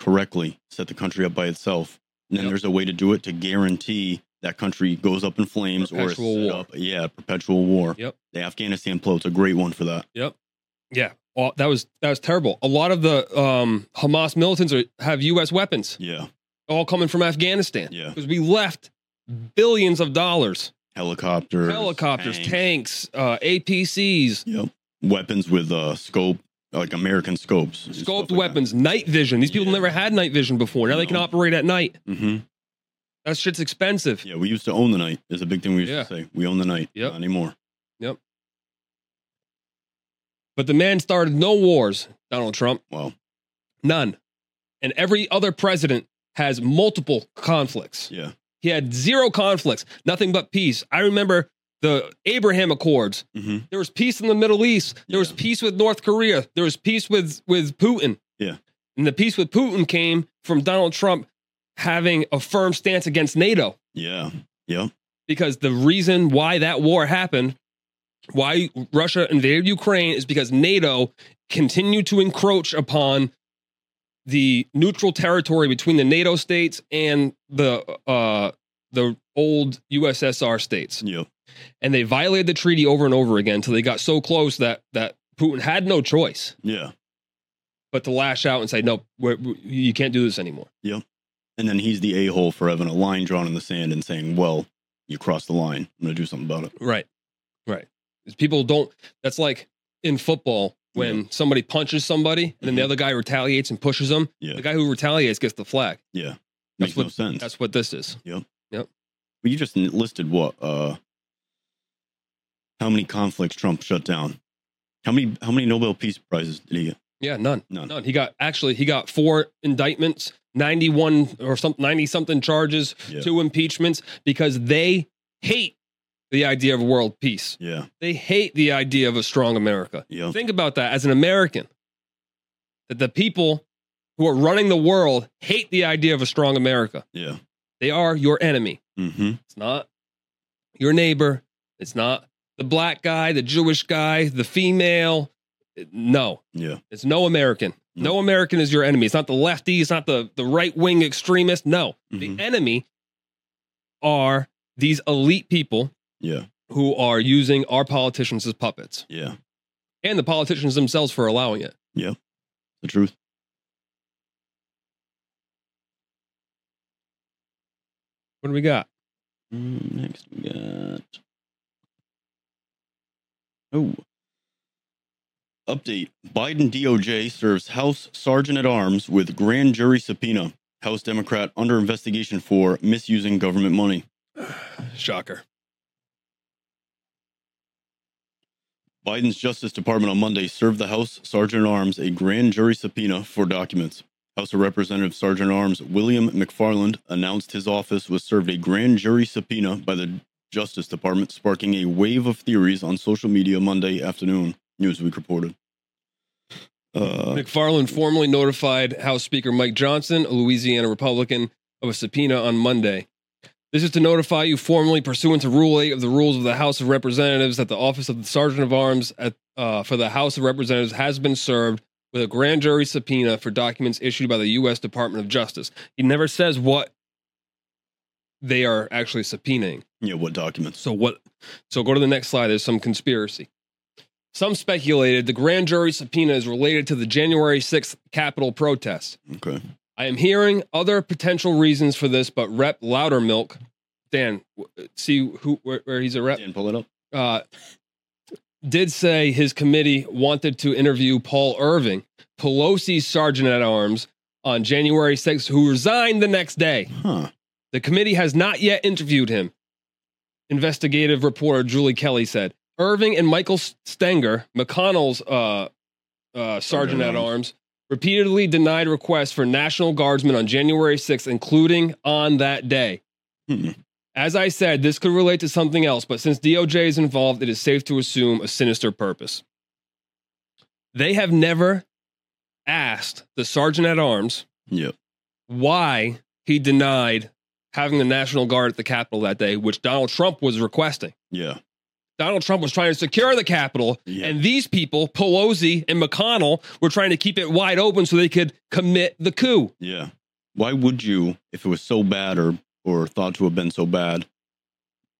B: correctly, set the country up by itself. And then
A: Yep.
B: there's a way to do it to guarantee that country goes up in flames
A: Perpetual
B: or is set
A: war.
B: up. Yeah, perpetual war.
A: Yep.
B: The Afghanistan plot's a great one for that.
A: Yeah. Well, that was that was terrible. A lot of the um, Hamas militants are, have U.S. weapons,
B: Yeah.
A: all coming from Afghanistan.
B: Yeah.
A: Because we left billions of dollars.
B: Helicopters,
A: Helicopters, tanks, uh, APCs,
B: Yep. Weapons with uh, scope, like American scopes. and stuff
A: scoped
B: like
A: weapons, night vision. These people never had night vision before. Now they can
B: No.
A: operate at night.
B: that. Mhm.
A: That shit's expensive.
B: Yeah, we used to own the night. Is a big thing we used
A: Yeah.
B: to say. We own the night.
A: Yep.
B: Not anymore.
A: But the man started no wars, Donald Trump.
B: Wow.
A: None. And every other president has multiple conflicts.
B: Yeah.
A: He had zero conflicts, nothing but peace. I remember the Abraham Accords.
B: Mhm.
A: There was peace in the Middle East. There was peace with North Korea. There was peace with with Putin.
B: Yeah.
A: And the peace with Putin came from Donald Trump having a firm stance against NATO
B: Yeah. Yep.
A: because the reason why that war happened, why Russia invaded Ukraine, is because NATO continued to encroach upon the neutral territory between the NATO states and the uh, the old USSR states,
B: Yep.
A: and they violated the treaty over and over again until they got so close that that Putin had no choice
B: Yeah.
A: but to lash out and say, "No, we're, we, you can't do this anymore."
B: Yep. And then he's the a hole for having a line drawn in the sand and saying, well, you crossed the line. I'm going to do something about it.
A: Right. Right. 'Cause People don't that's like in football when somebody punches somebody and then the other guy retaliates and pushes them.
B: Mm-hmm. Yeah.
A: The guy who retaliates gets the flag.
B: Yeah.
A: That's
B: Makes
A: what
B: no sense.
A: that's what this is.
B: Yep.
A: Yep.
B: But you just n- listed what? Uh, how many conflicts Trump shut down? How many? How many Nobel Peace Prizes did he get?
A: Yeah, none.
B: None.
A: He got actually he got four indictments, 91 or some 90 something charges,
B: Yeah.
A: two impeachments because they hate the idea of world peace.
B: Yeah.
A: They hate the idea of a strong America.
B: Yep.
A: Think about that as an American. That the people who are running the world hate the idea of a strong America.
B: Yeah.
A: They are your enemy.
B: Mm-hmm.
A: It's not your neighbor. It's not the black guy, the Jewish guy, the female. No,
B: Yeah.
A: it's no American. No American is your enemy. It's not the lefty. It's not the, the right wing extremist. No,
B: Mhm.
A: the enemy are these elite people
B: Yeah.
A: who are using our politicians as puppets
B: Yeah.
A: and the politicians themselves for allowing it.
B: Yeah. The truth.
A: What do we got?
B: Mm, Next we got. Oh. Update Biden DOJ serves House Sergeant at Arms with grand jury subpoena. House Democrat under investigation for misusing government money.
A: Shocker.
B: Biden's Justice Department on Monday served the House Sergeant at Arms a grand jury subpoena for documents. House of Representative Sergeant at Arms William McFarland announced his office was served a grand jury subpoena by the Justice Department, sparking a wave of theories on social media Monday afternoon, Newsweek reported. Uh,
A: McFarland formally notified House Speaker Mike Johnson, a Louisiana Republican, of a subpoena on Monday. This is to notify you formally pursuant to Rule 8 of the Rules of the House of Representatives that the Office of the Sergeant of Arms at, uh, for the House of Representatives has been served with a grand jury subpoena for documents issued by the U.S. Department of Justice. He never says what they are actually subpoenaing.
B: yeah, what documents?
A: So what? So go to the next slide. There's some conspiracy. Some speculated the grand jury subpoena is related to the January 6th Capitol protests.
B: Okay.
A: I am hearing other potential reasons for this, but Rep. Loudermilk, Dan, w- see who where, where he's a rep,
B: Dan, pull it up.
A: uh, did say his committee wanted to interview Paul Irving, Pelosi's sergeant at arms, on January 6th, who resigned the next day.
B: Huh.
A: The committee has not yet interviewed him, investigative reporter Julie Kelly said. Irving and Michael Stenger, McConnell's uh, uh, sergeant at arms, repeatedly denied requests for National Guardsmen on January 6th, including on that day.
B: Hmm.
A: As I said, this could relate to something else, but since DOJ is involved, it is safe to assume a sinister purpose. They have never asked the sergeant at arms
B: Yep.
A: why he denied having the National Guard at the Capitol that day, which Donald Trump was requesting.
B: Yeah.
A: Donald Trump was trying to secure the Capitol,
B: Yeah.
A: and these people, Pelosi and McConnell, were trying to keep it wide open so they could commit the coup.
B: Yeah. Why would you, if it was so bad or or thought to have been so bad,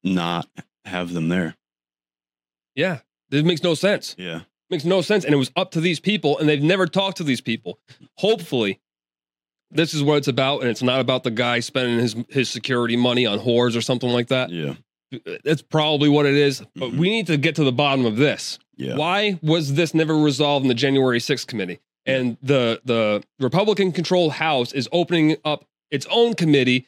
B: not have them there?
A: Yeah, this makes no sense.
B: Yeah.
A: Makes no sense. And it was up to these people, and they've never talked to these people. Hopefully, this is what it's about, and it's not about the guy spending his his security money on whores or something like that.
B: Yeah, Mm-hmm.
A: that's probably what it is, But we need to get to the bottom of this.
B: Yeah.
A: Why was this never resolved in the January 6th committee? And the the Republican controlled House is opening up its own committee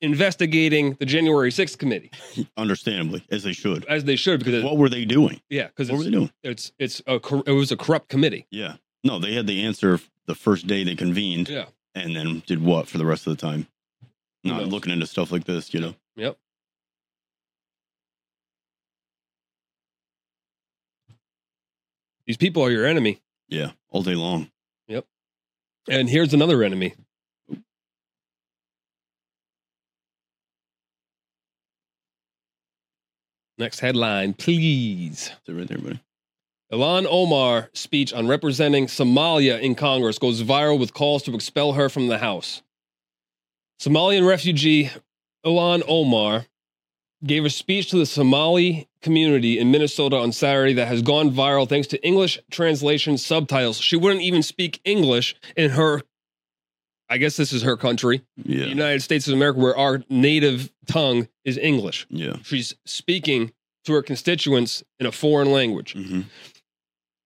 A: investigating the January 6th committee
B: Understandably, as they should.
A: as they should because it,
B: What were they doing?
A: yeah because
B: what
A: it's,
B: were they doing?
A: it's it's a cor- it was a corrupt committee.
B: Yeah. No, they had the answer f- the first day they convened
A: Yeah.
B: and then did what for the rest of the time? Not
A: knows?
B: looking into stuff like this, you know?
A: Yep. These people are your enemy.
B: Yeah. All day long.
A: And here's another enemy. Next headline, please.
B: Is it right there, buddy?
A: Ilan Omar speech on representing Somalia in Congress goes viral with calls to expel her from the House. Somalian refugee Ilan Omar gave a speech to the Somali community in Minnesota on Saturday that has gone viral thanks to English translation subtitles. She wouldn't even speak English in her I guess this is her country,
B: Yeah.
A: the United States of America, where our native tongue is English.
B: yeah.
A: She's speaking to her constituents in a foreign language.
B: hmm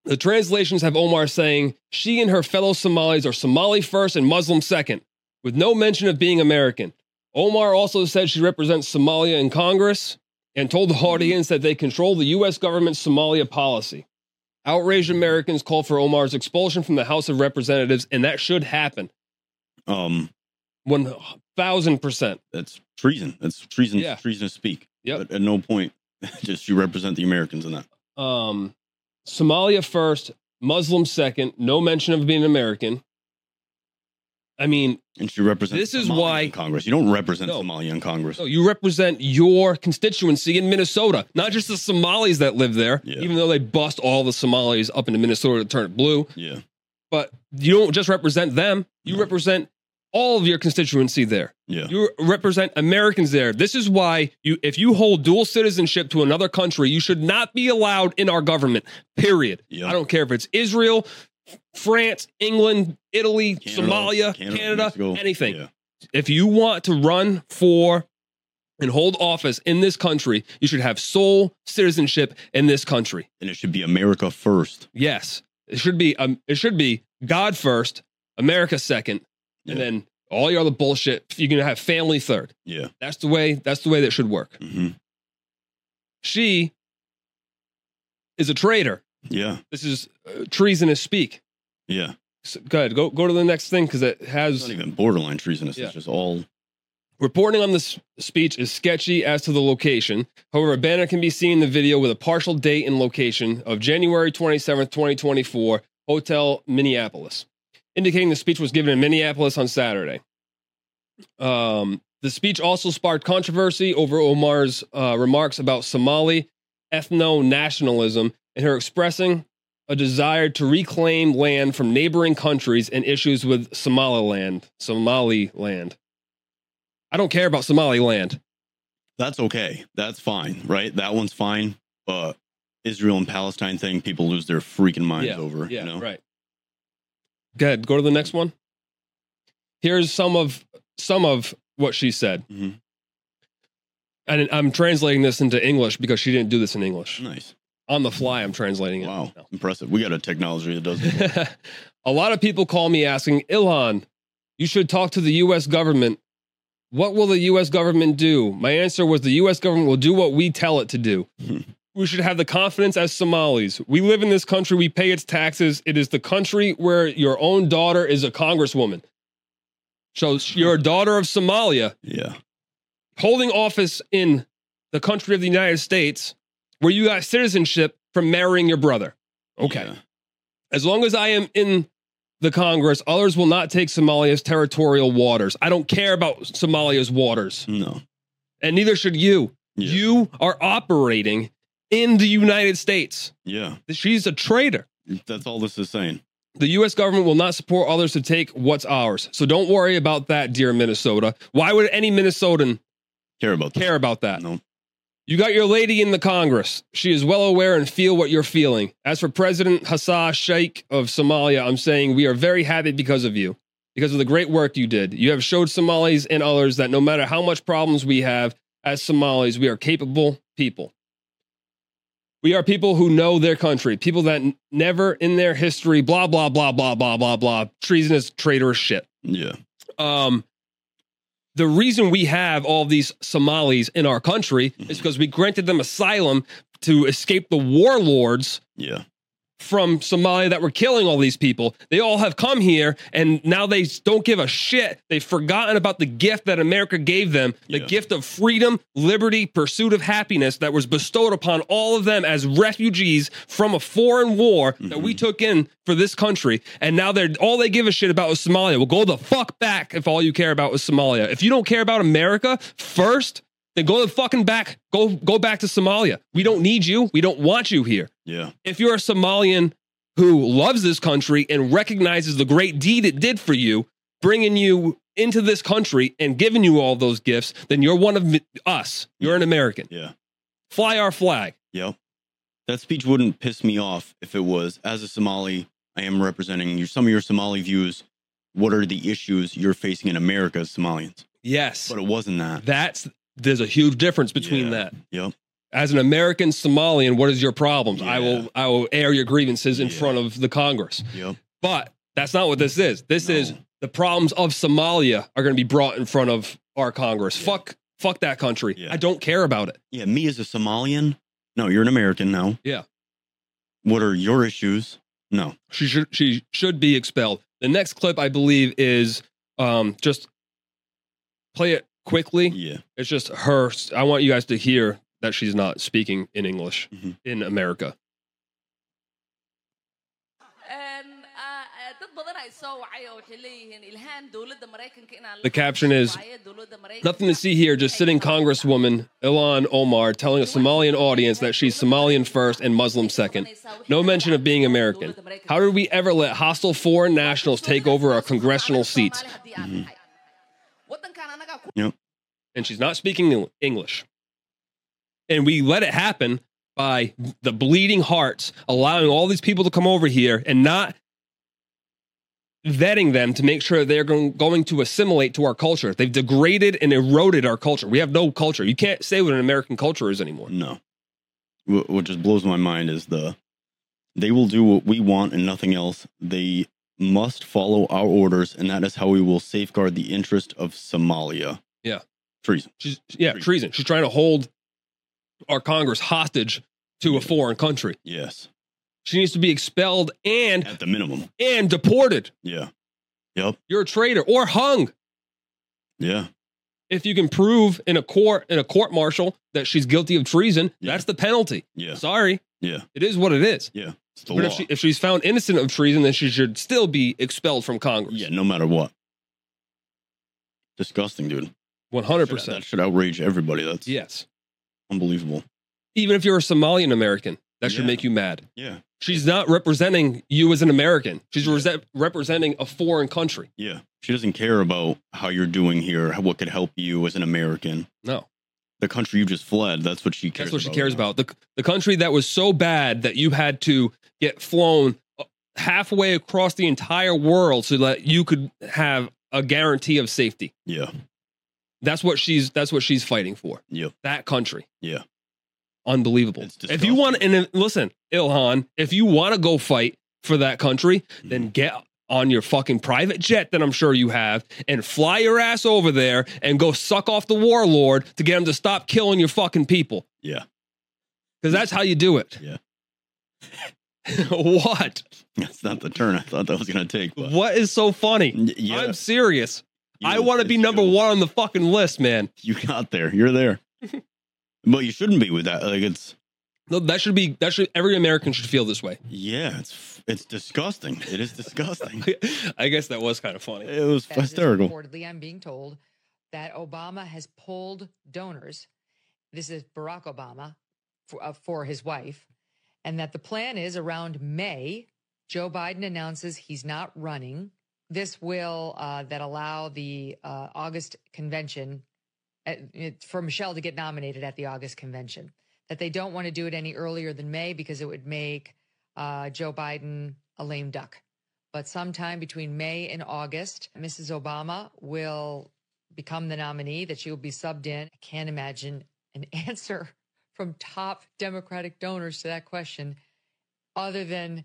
A: The translations have Omar saying she and her fellow Somalis are Somali first and Muslim second, with no mention of being American. Omar also said she represents Somalia in Congress and told the audience that they control the U.S. government's Somalia policy. Outraged Americans called for Omar's expulsion from the House of Representatives, and that should happen
B: Um,
A: 1000%.
B: that's treason. That's treason.
A: Yeah.
B: Treason to speak.
A: Yep.
B: But at no point, (laughs) just you represent the Americans in that.
A: um, Somalia first, Muslim second, no mention of being American. I mean,
B: And she represents
A: This is
B: Somalia
A: why-
B: in Congress. You don't represent
A: No.
B: Somalia in Congress.
A: no, you represent your constituency in Minnesota, not just the Somalis that live there,
B: Yeah.
A: even though they bust all the Somalis up into Minnesota to turn it blue.
B: Yeah.
A: But you don't just represent them, you
B: No.
A: represent all of your constituency there.
B: Yeah.
A: You represent Americans there. This is why you if you hold dual citizenship to another country, you should not be allowed in our government. Period.
B: Yeah.
A: I don't care if it's Israel, France, England, Italy,
B: Canada,
A: Somalia,
B: Canada,
A: Canada,
B: Mexico.
A: anything.
B: Yeah.
A: If you want to run for and hold office in this country, you should have sole citizenship in this country.
B: And it should be America first.
A: Yes. It should be um, it should be God first, America second, and
B: Yeah.
A: then all your other bullshit, you're going to have family third.
B: Yeah.
A: That's the way. That's the way that should work.
B: hmm
A: She is a traitor.
B: Yeah.
A: This is uh, treasonous speak.
B: Yeah.
A: So, go ahead. Go go to the next thing because it
B: It's
A: has
B: not even borderline treasonous.
A: Yeah.
B: It's just all.
A: reporting on this speech is sketchy as to the location. However, a banner can be seen in the video with a partial date and location of January twenty seventh, twenty twenty four, Hotel Minneapolis, indicating the speech was given in Minneapolis on Saturday. Um, the speech also sparked controversy over Omar's uh, remarks about Somali ethno nationalism and her expressing a desire to reclaim land from neighboring countries and issues with Somaliland. Somaliland. I don't care about Somaliland.
B: That's okay. That's fine. Right. That one's fine. But Israel and Palestine thing, people lose their freaking minds
A: yeah,
B: over.
A: yeah,
B: you know?
A: right. Good. Go to the next one. Here's some of some of what she said,
B: Mhm.
A: and I'm translating this into English because she didn't do this in English.
B: Nice.
A: On the fly, I'm translating it.
B: Wow. Impressive. We got a technology that
A: (laughs)
B: does. it.
A: a lot of people call me asking, Ilhan, you should talk to the US government. What will the US government do? My answer was the US government will do what we tell it to do.
B: Hmm.
A: we should have the confidence as Somalis. We live in this country, we pay its taxes. It is the country where your own daughter is a congresswoman. So you're a daughter of Somalia
B: yeah.
A: holding office in the country of the United States where you got citizenship from marrying your brother. Okay.
B: Yeah.
A: As long as I am in the Congress, others will not take Somalia's territorial waters. I don't care about Somalia's waters,
B: No.
A: and neither should you.
B: Yeah.
A: You are operating in the United States.
B: yeah.
A: She's a traitor.
B: That's all this is saying.
A: The U.S. government will not support others to take what's ours. So don't worry about that, dear Minnesota. Why would any Minnesotan
B: Care about this.
A: care about that?
B: No.
A: You got your lady in the Congress. She is well aware and feel what you're feeling. As for President Hassan Sheikh of Somalia, I'm saying we are very happy because of you. because of the great work you did. You have showed Somalis and others that no matter how much problems we have as Somalis, we are capable people. We are people who know their country, people that n- never in their history, blah, blah, blah, blah, blah, blah, blah, treasonous, traitorous shit.
B: Yeah.
A: Um, the reason we have all these Somalis in our country is because we granted them asylum to escape the warlords
B: Yeah.
A: from Somalia that were killing all these people. They all have come here and now they don't give a shit. They've forgotten about the gift that America gave them the gift of freedom, liberty, pursuit of happiness that was bestowed upon all of them as refugees from a foreign war that we took in for this country. And now they're all they give a shit about is Somalia. Well, go the fuck back if all you care about is Somalia. If you don't care about America first, then go the fucking back. Go go back to Somalia. We don't need you. We don't want you here
B: Yeah.
A: if you're a Somalian who loves this country and recognizes the great deed it did for you, bringing you into this country and giving you all those gifts, then you're one of us. You're an American.
B: Yeah.
A: Fly our flag.
B: Yep. That speech wouldn't piss me off if it was, as a Somali, I am representing your, some of your Somali views. What are the issues you're facing in America as Somalians?
A: Yes.
B: But it wasn't that.
A: That's there's a huge difference between that.
B: Yep.
A: As an American Somalian, what is your problems? I will I will air your grievances in front of the Congress.
B: Yep.
A: But that's not what this is. This is the problems of Somalia are going to be brought in front of our Congress. Fuck fuck that country. I don't care about it.
B: Yeah. Me as a Somalian? No, you're an American now.
A: Yeah.
B: What are your issues? No.
A: She should she should be expelled. The next clip I believe is um just play it quickly.
B: Yeah.
A: It's just her I want you guys to hear that she's not speaking in English in America.
O: Um, uh,
A: The caption is Nothing to see here, just sitting Congresswoman Ilan Omar telling a Somalian audience that she's Somalian first and Muslim second. No mention of being American. How did we ever let hostile foreign nationals take over our congressional seats? Mm-hmm.
B: Yep.
A: And she's not speaking Eng- English. And we let it happen by the bleeding hearts, allowing all these people to come over here and not vetting them to make sure they're going, going to assimilate to our culture. They've degraded and eroded our culture. We have no culture. You can't say what an American culture is anymore.
B: No. What, what just blows my mind is the they will do what we want and nothing else. They must follow our orders, and that is how we will safeguard the interest of Somalia.
A: Yeah.
B: Treason.
A: She's yeah, treason. She's trying to hold our Congress hostage to a foreign country.
B: Yes.
A: She needs to be expelled and
B: At the minimum.
A: and deported.
B: Yeah. Yep.
A: You're a traitor or hung.
B: Yeah.
A: If you can prove in a court in a court martial that she's guilty of treason, that's the penalty.
B: Yeah.
A: Sorry.
B: Yeah.
A: It is what it is.
B: Yeah. It's the
A: But if,
B: law.
A: she, if she's found innocent of treason, then she should still be expelled from Congress.
B: yeah. No matter what. Disgusting, dude.
A: One hundred
B: That should,
A: percent.
B: that should outrage everybody. That's
A: Yes.
B: unbelievable.
A: Even if you're a Somalian American, that should
B: Yeah.
A: make you mad.
B: Yeah.
A: She's not representing you as an American. She's rese- representing a foreign country.
B: Yeah. She doesn't care about how you're doing here, how- what could help you as an American.
A: No,
B: The country you just fled, that's what she cares
A: that's what she
B: about.
A: cares about. The, the country that was so bad that you had to get flown uh, halfway across the entire world so that you could have a guarantee of safety.
B: Yeah.
A: That's what she's that's what she's fighting for.
B: Yep.
A: That country.
B: Yeah.
A: Unbelievable. If you want and then- listen, Ilhan, if you want to go fight for that country,
B: Mm-hmm.
A: then get on your fucking private jet that I'm sure you have and fly your ass over there and go suck off the warlord to get him to stop killing your fucking people.
B: Yeah. (laughs)
A: Because that's how you do it.
B: Yeah.
A: (laughs) what?
B: That's not the turn I thought that was going to take. But
A: What is so funny?
B: yeah.
A: I'm serious.
B: You-
A: I want to be number one on the fucking list, man.
B: you got there. You're
P: (laughs)
B: there. but you shouldn't be with that. Like it's
A: No, that should be that should every American should feel this way. (laughs)
B: yeah, it's it's disgusting. It
A: (laughs)
B: is disgusting.
A: I guess that was kind of funny.
B: It was
P: that is
B: hysterical.
P: Reportedly, I'm being told that Obama has pulled donors. This is Barack Obama for, uh, for his wife, and that the plan is around May, Joe Biden announces he's not running. This will uh, that allow the uh, August convention uh, it- for Michelle to get nominated at the August convention. That they don't want to do it any earlier than May because it would make uh, Joe Biden a lame duck But sometime between May and August, Mrs. Obama will become the nominee, that she will be subbed in. I can't imagine an answer from top Democratic donors to that question other than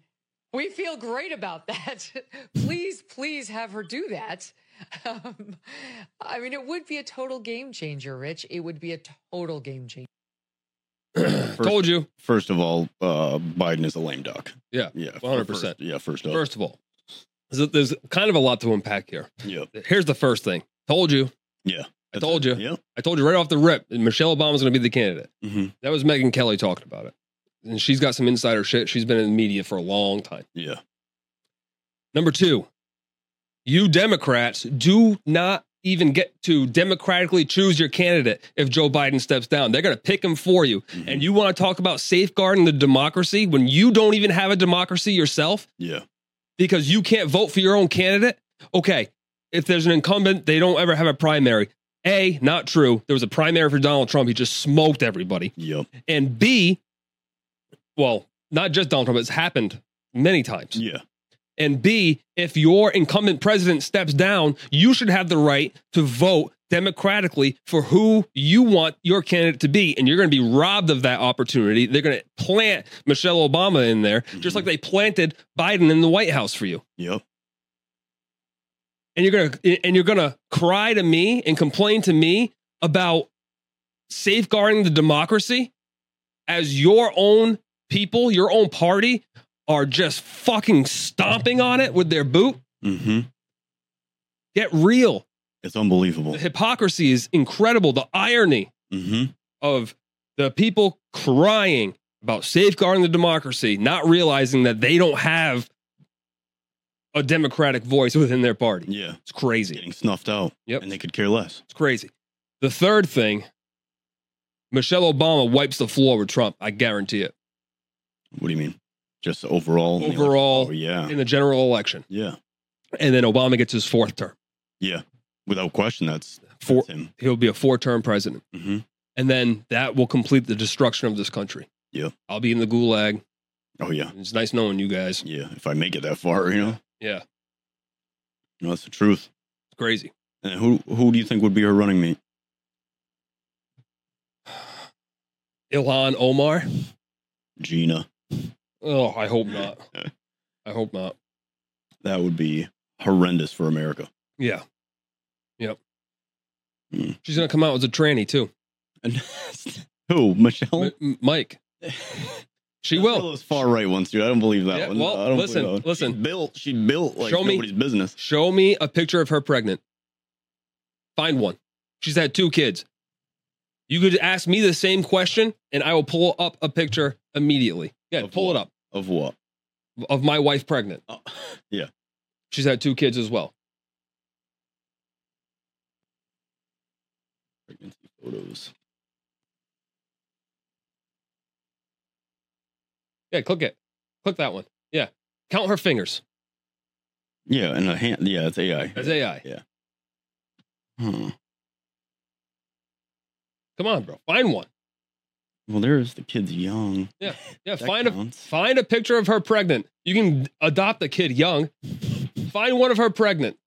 P: we feel great about that. (laughs) please, please have her do that. (laughs) Um, I mean, it would be a total game changer, Rich. It would be a total game changer.
B: First-
A: Told you.
B: First of all, uh, Biden is a lame duck.
A: Yeah.
B: Yeah, for
A: 100%.
B: first- yeah, first up.
A: First of all, there's, there's kind of a lot to unpack here.
B: Yeah,
A: Here's the first thing. Told you.
B: yeah.
A: I told you.
B: Yeah.
A: I told you right off the rip. that Michelle Obama's going to be the candidate.
B: hmm
A: That was Megan Kelly talking about it. And she's got some insider shit. She's been in the media for a long time.
B: Yeah.
A: Number two, you Democrats do not even get to democratically choose your candidate if Joe Biden steps down. They're going to pick him for you. And you want to talk about safeguarding the democracy when you don't even have a democracy yourself?
B: Yeah.
A: because you can't vote for your own candidate. Okay, if there's an incumbent, they don't ever have a primary. A, not true. There was a primary for Donald Trump. He just smoked everybody.
B: Yep.
A: And B, well, not just Donald Trump, it's happened many times.
B: Yeah.
A: And B, if your incumbent president steps down, you should have the right to vote democratically for who you want your candidate to be. And you're going to be robbed of that opportunity. They're going to plant Michelle Obama in there, just like they planted Biden in the White House for you.
B: Yep.
A: And you're going to and you're going to cry to me and complain to me about safeguarding the democracy as your own people, your own party are just fucking stomping on it with their boot.
B: hmm
A: Get real.
B: It's
A: (laughs)
B: unbelievable.
A: The hypocrisy is incredible. The irony
B: hmm
A: of the people crying about safeguarding the democracy, not realizing that they don't have a democratic voice within their party.
B: Yeah.
A: It's crazy.
B: Getting snuffed out.
A: Yep.
B: And they could care less.
A: It's crazy. The third thing, Michelle Obama wipes the floor with Trump. I guarantee it.
B: What do you mean? Just overall. And they're like,
A: Overall,
B: oh, yeah.
A: in the general election.
B: Yeah.
A: And then Obama gets his fourth term.
B: Yeah. Without question, that's,
A: Four,
B: that's him.
A: he'll be a four term president.
B: hmm
A: and then that will complete the destruction of this country.
B: Yeah.
A: I'll be in the gulag.
B: Oh, yeah.
A: It's nice knowing you guys.
B: Yeah. If I make it that far, you know,
A: Yeah,
B: no, that's the truth.
A: it's crazy.
B: And who who do you think would be her running mate?
A: Ilhan Omar.
B: Gina.
A: Oh, I hope
B: (laughs)
A: not. I hope not.
B: That would be horrendous for America.
A: Yeah. Yep.
B: Hmm.
A: She's gonna come out as a tranny too. (laughs)
B: And who? Michelle?
A: M- M-
B: (laughs)
A: Mike. She
B: That's one of
A: will
B: Those far right ones, dude. I don't believe that
A: Yeah,
B: one.
A: well,
B: I don't believe
A: listen,
B: that one.
A: listen.
B: She built, she built like
A: Show me-
B: nobody's business.
A: show me a picture of her pregnant. Find one. She's had two kids. You could ask me the same question, and I will pull up a picture immediately. Yeah,
B: Of
A: pull
B: what?
A: it up
B: Of what?
A: of my wife pregnant.
B: Oh, (laughs)
A: She's had two kids as well.
B: pregnancy photos.
A: Yeah, click it. Click that one. Yeah. Count her fingers.
B: Yeah, and a hand. Yeah, it's AI.
A: That's AI.
B: Hmm.
A: Come on, bro. Find one.
B: Well, there's the kids young.
A: Yeah,
B: That
A: find a
B: counts.
A: find a picture of her pregnant. You can adopt a kid young. Find one of her pregnant.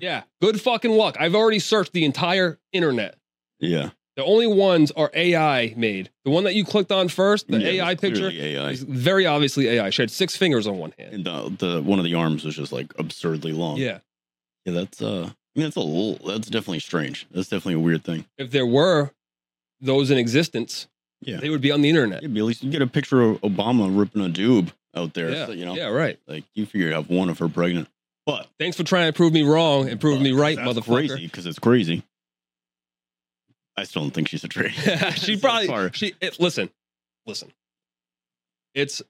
A: Yeah, good fucking luck. I've already searched the entire internet.
B: Yeah.
A: The only ones are AI made. The one that you clicked on first, the
B: Yeah, it
A: AI
B: was
A: picture,
B: clearly AI.
A: is very obviously AI. She had six fingers on one hand.
B: And the, the one of the arms was just like absurdly long.
A: Yeah.
B: Yeah, that's uh. I mean, that's a little. That's definitely strange. That's definitely a weird thing.
A: If there were those in existence,
B: Yeah.
A: they would be on the internet.
B: Yeah, but at least you get a picture of Obama ripping a dube out there.
A: Yeah.
B: so, you know,
A: yeah, right.
B: like you figure out one of her pregnant. But
A: Thanks for trying to prove me wrong and prove me right,
B: Uh, that's
A: motherfucker.
B: Because it's crazy. I still don't think she's a traitor.
A: (laughs) she
B: So
A: probably
B: far.
A: she it, listen, listen. It's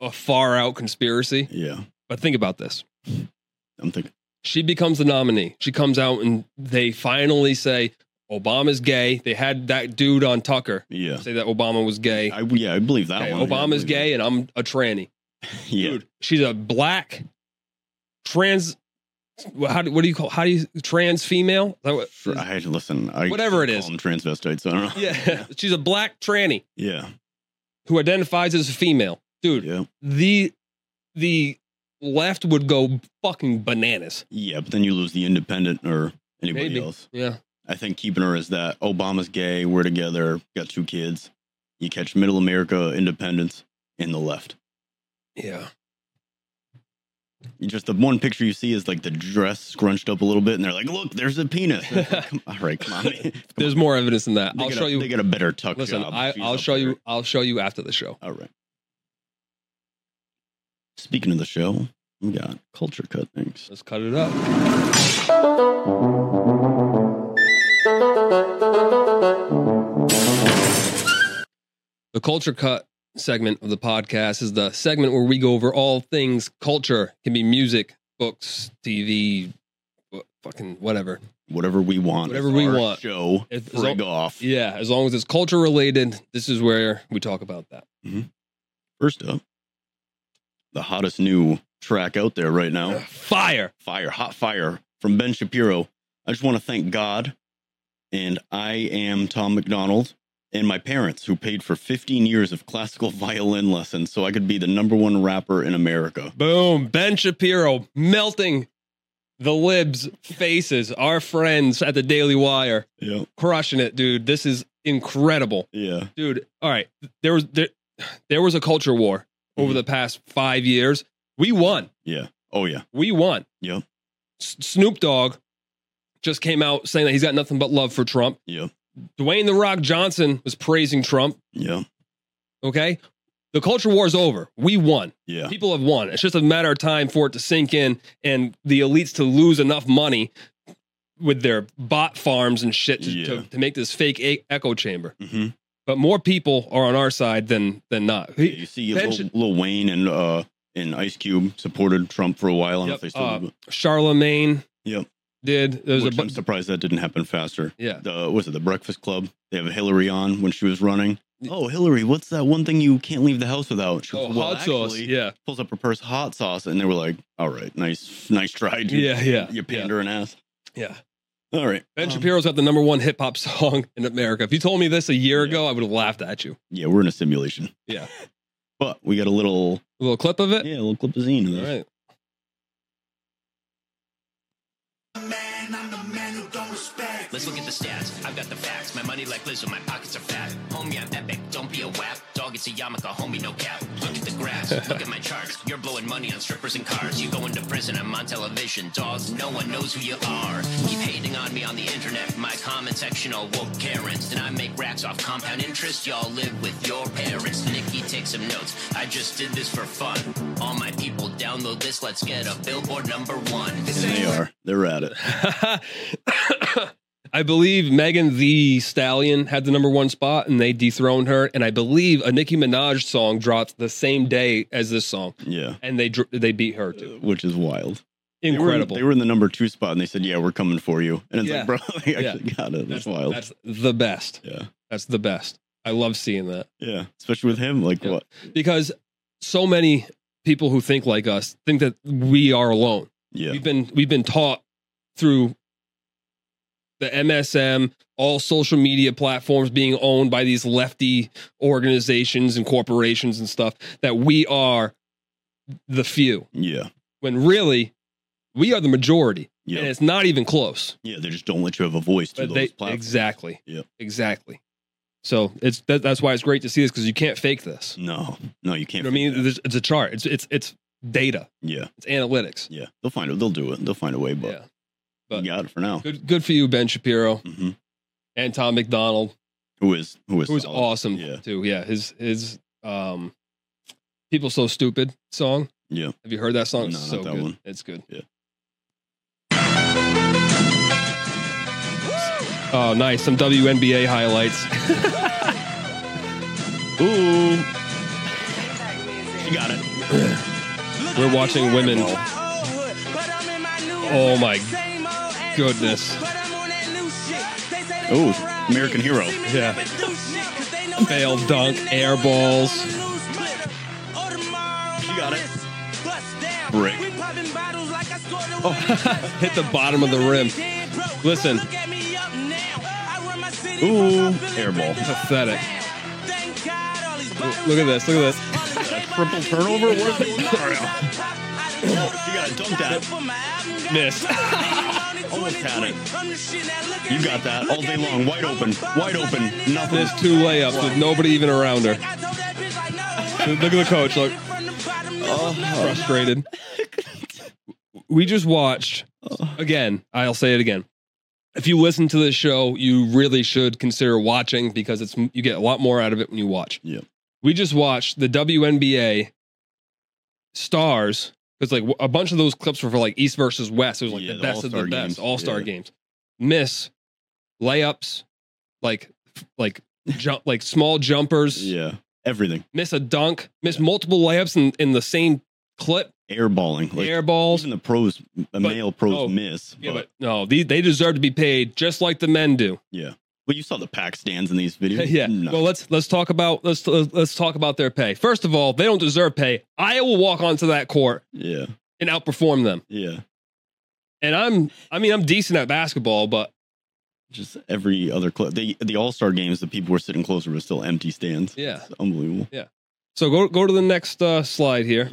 A: a far out conspiracy,
B: (laughs) Yeah,
A: but think about this.
B: I'm thinking.
A: She becomes the nominee. She comes out and they finally say Obama's gay. They had that dude on Tucker
B: Yeah,
A: say that Obama was gay.
B: I yeah I believe that
A: Okay,
B: one. Yeah, I
A: Obama's
B: believe
A: gay and I'm a tranny.
B: that. (laughs) Yeah,
A: Dude, she's a black trans how do, what do you call how do you trans female? Is that what-
B: Sure, I had to listen. I
A: Whatever it
B: call
A: is.
B: them transvestites. So I don't know.
A: (laughs) yeah. She's a black tranny
B: yeah,
A: who identifies as female. Dude,
B: yeah.
A: the the left would go fucking bananas.
B: Yeah, but then you lose the independent or anybody
A: Maybe.
B: else.
A: Yeah.
B: I think keeping her as that Obama's gay, we're together, got two kids. You catch middle America, independence, and the left.
A: Yeah.
B: You just the one picture you see is like the dress scrunched up a little bit, and they're like, look, there's
A: (laughs)
B: a penis. Come- all right, come on. (laughs) man.
A: There's more evidence than that.
B: They
A: I'll
B: get
A: show
B: a-
A: you.
B: They get a better tuck
A: Listen,
B: job.
A: I,
B: She's
A: I'll
B: up
A: show
B: there.
A: you. I'll show you after the show.
B: All right. Speaking of the show, we got culture cut. Thanks.
A: Let's cut it up. The culture cut segment of the podcast is the segment where we go over all things culture. It can be music, books, TV, wh- fucking whatever.
B: Whatever we want.
A: Whatever
B: It's
A: we
B: our
A: want.
B: Show.
A: If- as
B: Frig
A: long-
B: off.
A: Yeah, as long as it's culture related, this is where we talk about that.
B: First up, the hottest new track out there right now.
A: Fire.
B: Fire, hot fire from Ben Shapiro. I just want to thank God and I am Tom McDonald and my parents who paid for 15 years of classical (laughs) violin lessons so I could be the number one rapper in America.
A: Boom. Ben Shapiro melting the libs' faces. Our friends at the Daily Wire
B: Yeah.
A: crushing it, dude. This is incredible.
B: Yeah.
A: dude all right there was there, there was a culture war over the past five years we won
B: Yeah. Oh, yeah.
A: we won
B: Yeah.
A: S- snoop dogg just came out saying that he's got nothing but love for trump
B: Yeah.
A: dwayne the rock johnson was praising trump
B: Yeah.
A: okay the culture war is over we won
B: Yeah.
A: people have won it's just a matter of time for it to sink in and the elites to lose enough money with their bot farms and shit to,
B: Yeah.
A: to, to make this fake e- echo chamber
B: Mm-hmm.
A: but more people are on our side than than not. He-
B: You see,
A: Ben
B: Lil,
A: should-
B: Lil Wayne and uh and Ice Cube supported Trump for a while. I don't know if
A: Yep,
B: they still
A: uh,
B: do, but-
A: Charlemagne
B: Yep.
A: did. There's a
B: Which I'm
A: bunch.
B: surprised that didn't happen faster.
A: Yeah.
B: The was it the Breakfast Club? They have Hillary on when she was running. Oh, Hillary, what's that one thing you can't leave the house without? She
A: Oh,
B: goes, "Well,
A: hot sauce.
B: actually,"
A: Yeah,
B: Pulls up her purse, hot sauce, and they were like, "All right, nice, nice try, dude.
A: Yeah, yeah,
B: you pandering ass."
A: yeah.
B: All right,
A: Ben
B: Um,
A: Shapiro's got the number one hip hop (laughs) song in America. If you told me this a year ago, I would have laughed at you.
B: Yeah, we're in a simulation, (laughs)
A: Yeah,
B: but we got a little,
A: a little clip of it.
B: yeah, a little clip of zine of
A: All
B: this.
A: right.
F: Let's look at the stats. I've got the facts. My money like Lizzo, my pockets are fat. Homie, I'm epic. Don't be a wap. Dog, it's a yarmulke, homie, no cap. Look at the graphs. look at my charts. You're blowing money on strippers and cars. You going to prison? I'm on television. Dogs, no one knows who you are. Keep hating on me on the internet. My comment section all woke Karens, and I make racks off compound interest. Y'all live with your parents. Nikki, take some notes. I just did this for fun. All my people, download this. Let's get a billboard number one.
B: And they are, they're
A: (laughs)
B: at it.
A: I believe Megan the Stallion had the number one spot, and they dethroned her. And I believe a Nicki Minaj song dropped the same day as this song,
B: Yeah,
A: and they dr- they beat her too.
B: which is wild. They were in-
A: Incredible.
B: They were in, the number two spot, and they said, "Yeah, we're coming for you." And it's
A: Yeah.
B: like, bro, (laughs) they actually
A: Yeah.
B: got it. That's,
A: that's
B: wild.
A: That's the best.
B: yeah,
A: That's the best. I love seeing that
B: yeah, especially with him. Like,
A: Yeah.
B: what?
A: because so many people who think like us think that we are alone.
B: Yeah,
A: We've been we've been taught through the MSM, all social media platforms being owned by these lefty organizations and corporations and stuff that we are the few.
B: yeah,
A: When really we are the majority.
B: yeah.
A: And it's not even close.
B: Yeah, they just don't let you have a voice through
A: But they,
B: those platforms.
A: exactly.
B: Yep.
A: Exactly. So it's that, that's why it's great to see this because you can't fake this.
B: No, no, you
A: You
B: can't.
A: know what I
B: fake
A: mean?
B: that.
A: There's- It's a chart. It's it's it's data.
B: yeah,
A: It's analytics.
B: yeah. They'll find it. They'll do it. They'll find a way. But
A: Yeah. But-
B: you got it for now.
A: Good good for you, Ben Shapiro
B: hmm
A: and Tom McDonald,
B: Who is who is
A: who was
B: solid.
A: awesome
B: Yeah,
A: too. Yeah, his his um, "People So Stupid" song.
B: yeah.
A: Have you heard that song?
B: No,
A: It's
B: not
A: so
B: that
A: good.
B: one.
A: It's good.
B: Yeah.
A: Oh, nice! Some WNBA
B: (laughs)
A: highlights.
B: Ooh, you got it.
A: We're watching women. Oh my goodness!
B: Oh, American hero.
A: Yeah. Fail dunk, air balls.
B: You got it. Brick.
A: Oh, (laughs) hit the bottom of the rim. Listen,
B: Ooh, air ball.
A: pathetic. Look at this. Look at this.
B: Triple turnover. What is it? Oh, she got dunked at. Missed. (laughs) Almost had it. You got that all day long. Wide open. Wide open. Nothing.
A: There's two layups with nobody even around her. Look at the coach. Look.
O: Oh.
B: Oh. (laughs)
A: Frustrated. We just watched again. I'll say it again. If you listen to this show, you really should consider watching because it's you get a lot more out of it when you watch.
B: Yeah.
A: We just watched the WNBA stars because like a bunch of those clips were for like East versus West. It was like
B: Yeah,
A: the
B: the
A: best of the
B: All-Star
A: best
B: games.
A: All Star
B: Yeah.
A: games. Miss layups, like
B: (laughs)
A: like jump, like small jumpers.
B: Yeah. Everything.
A: Miss a dunk. Miss multiple layups in, in the same clip.
B: Airballing. Like,
A: air balls.
B: Even the pros, the male pros
A: oh,
B: miss.
A: Yeah, but no, they, they deserve to be paid just like the men do.
B: Yeah. Well, you saw the pack stands
A: (laughs)
B: in these videos.
A: yeah.
B: No.
A: Well, let's let's talk about let's let's talk about their pay. First of all, they don't deserve pay. I will walk onto that court
B: Yeah.
A: and outperform them.
B: Yeah.
A: And I'm I mean I'm decent at basketball, but
B: Just every other club. The the All Star games, the people were sitting closer were still empty stands.
A: Yeah.
B: It's
A: (laughs)
B: unbelievable.
A: Yeah. So go go to the next uh, slide here.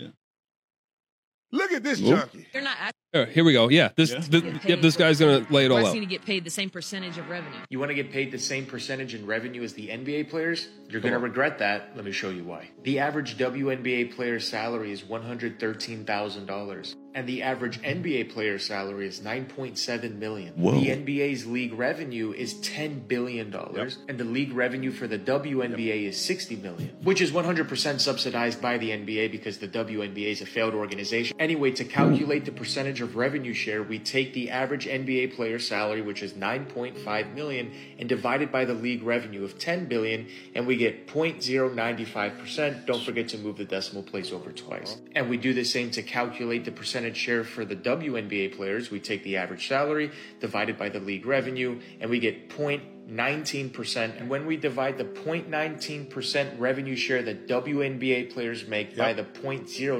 Q: Look at this
A: Nope.
Q: junkie.
R: They're not asking
A: All right, Uh, here we go. Yeah. This. thi- yep. This guy's gonna lay it all out.
R: to get paid the same percentage of revenue.
O: You want to get paid the same percentage in revenue as the NBA players? You're
A: Come
O: going to
A: on.
O: regret that. Let me show you why. The average WNBA player's salary is $113,000, and the average NBA player's salary is $9.7 million.
B: Whoa.
O: The NBA's league revenue is $10 billion, and the league revenue for the WNBA is $60 million, which is 100% subsidized by the NBA because the WNBA is a failed organization. Anyway, to calculate the percentage of revenue share, we take the average NBA player's salary, which is 9.5 million, and divide it by the league revenue of 10 billion, and we get 0.095%. Don't forget to move the decimal place over twice. And we do the same to calculate the percentage share for the WNBA players. We take the average salary divided by the league revenue, and we get 0.19%. And when we divide the 0.19% revenue share that WNBA players make by the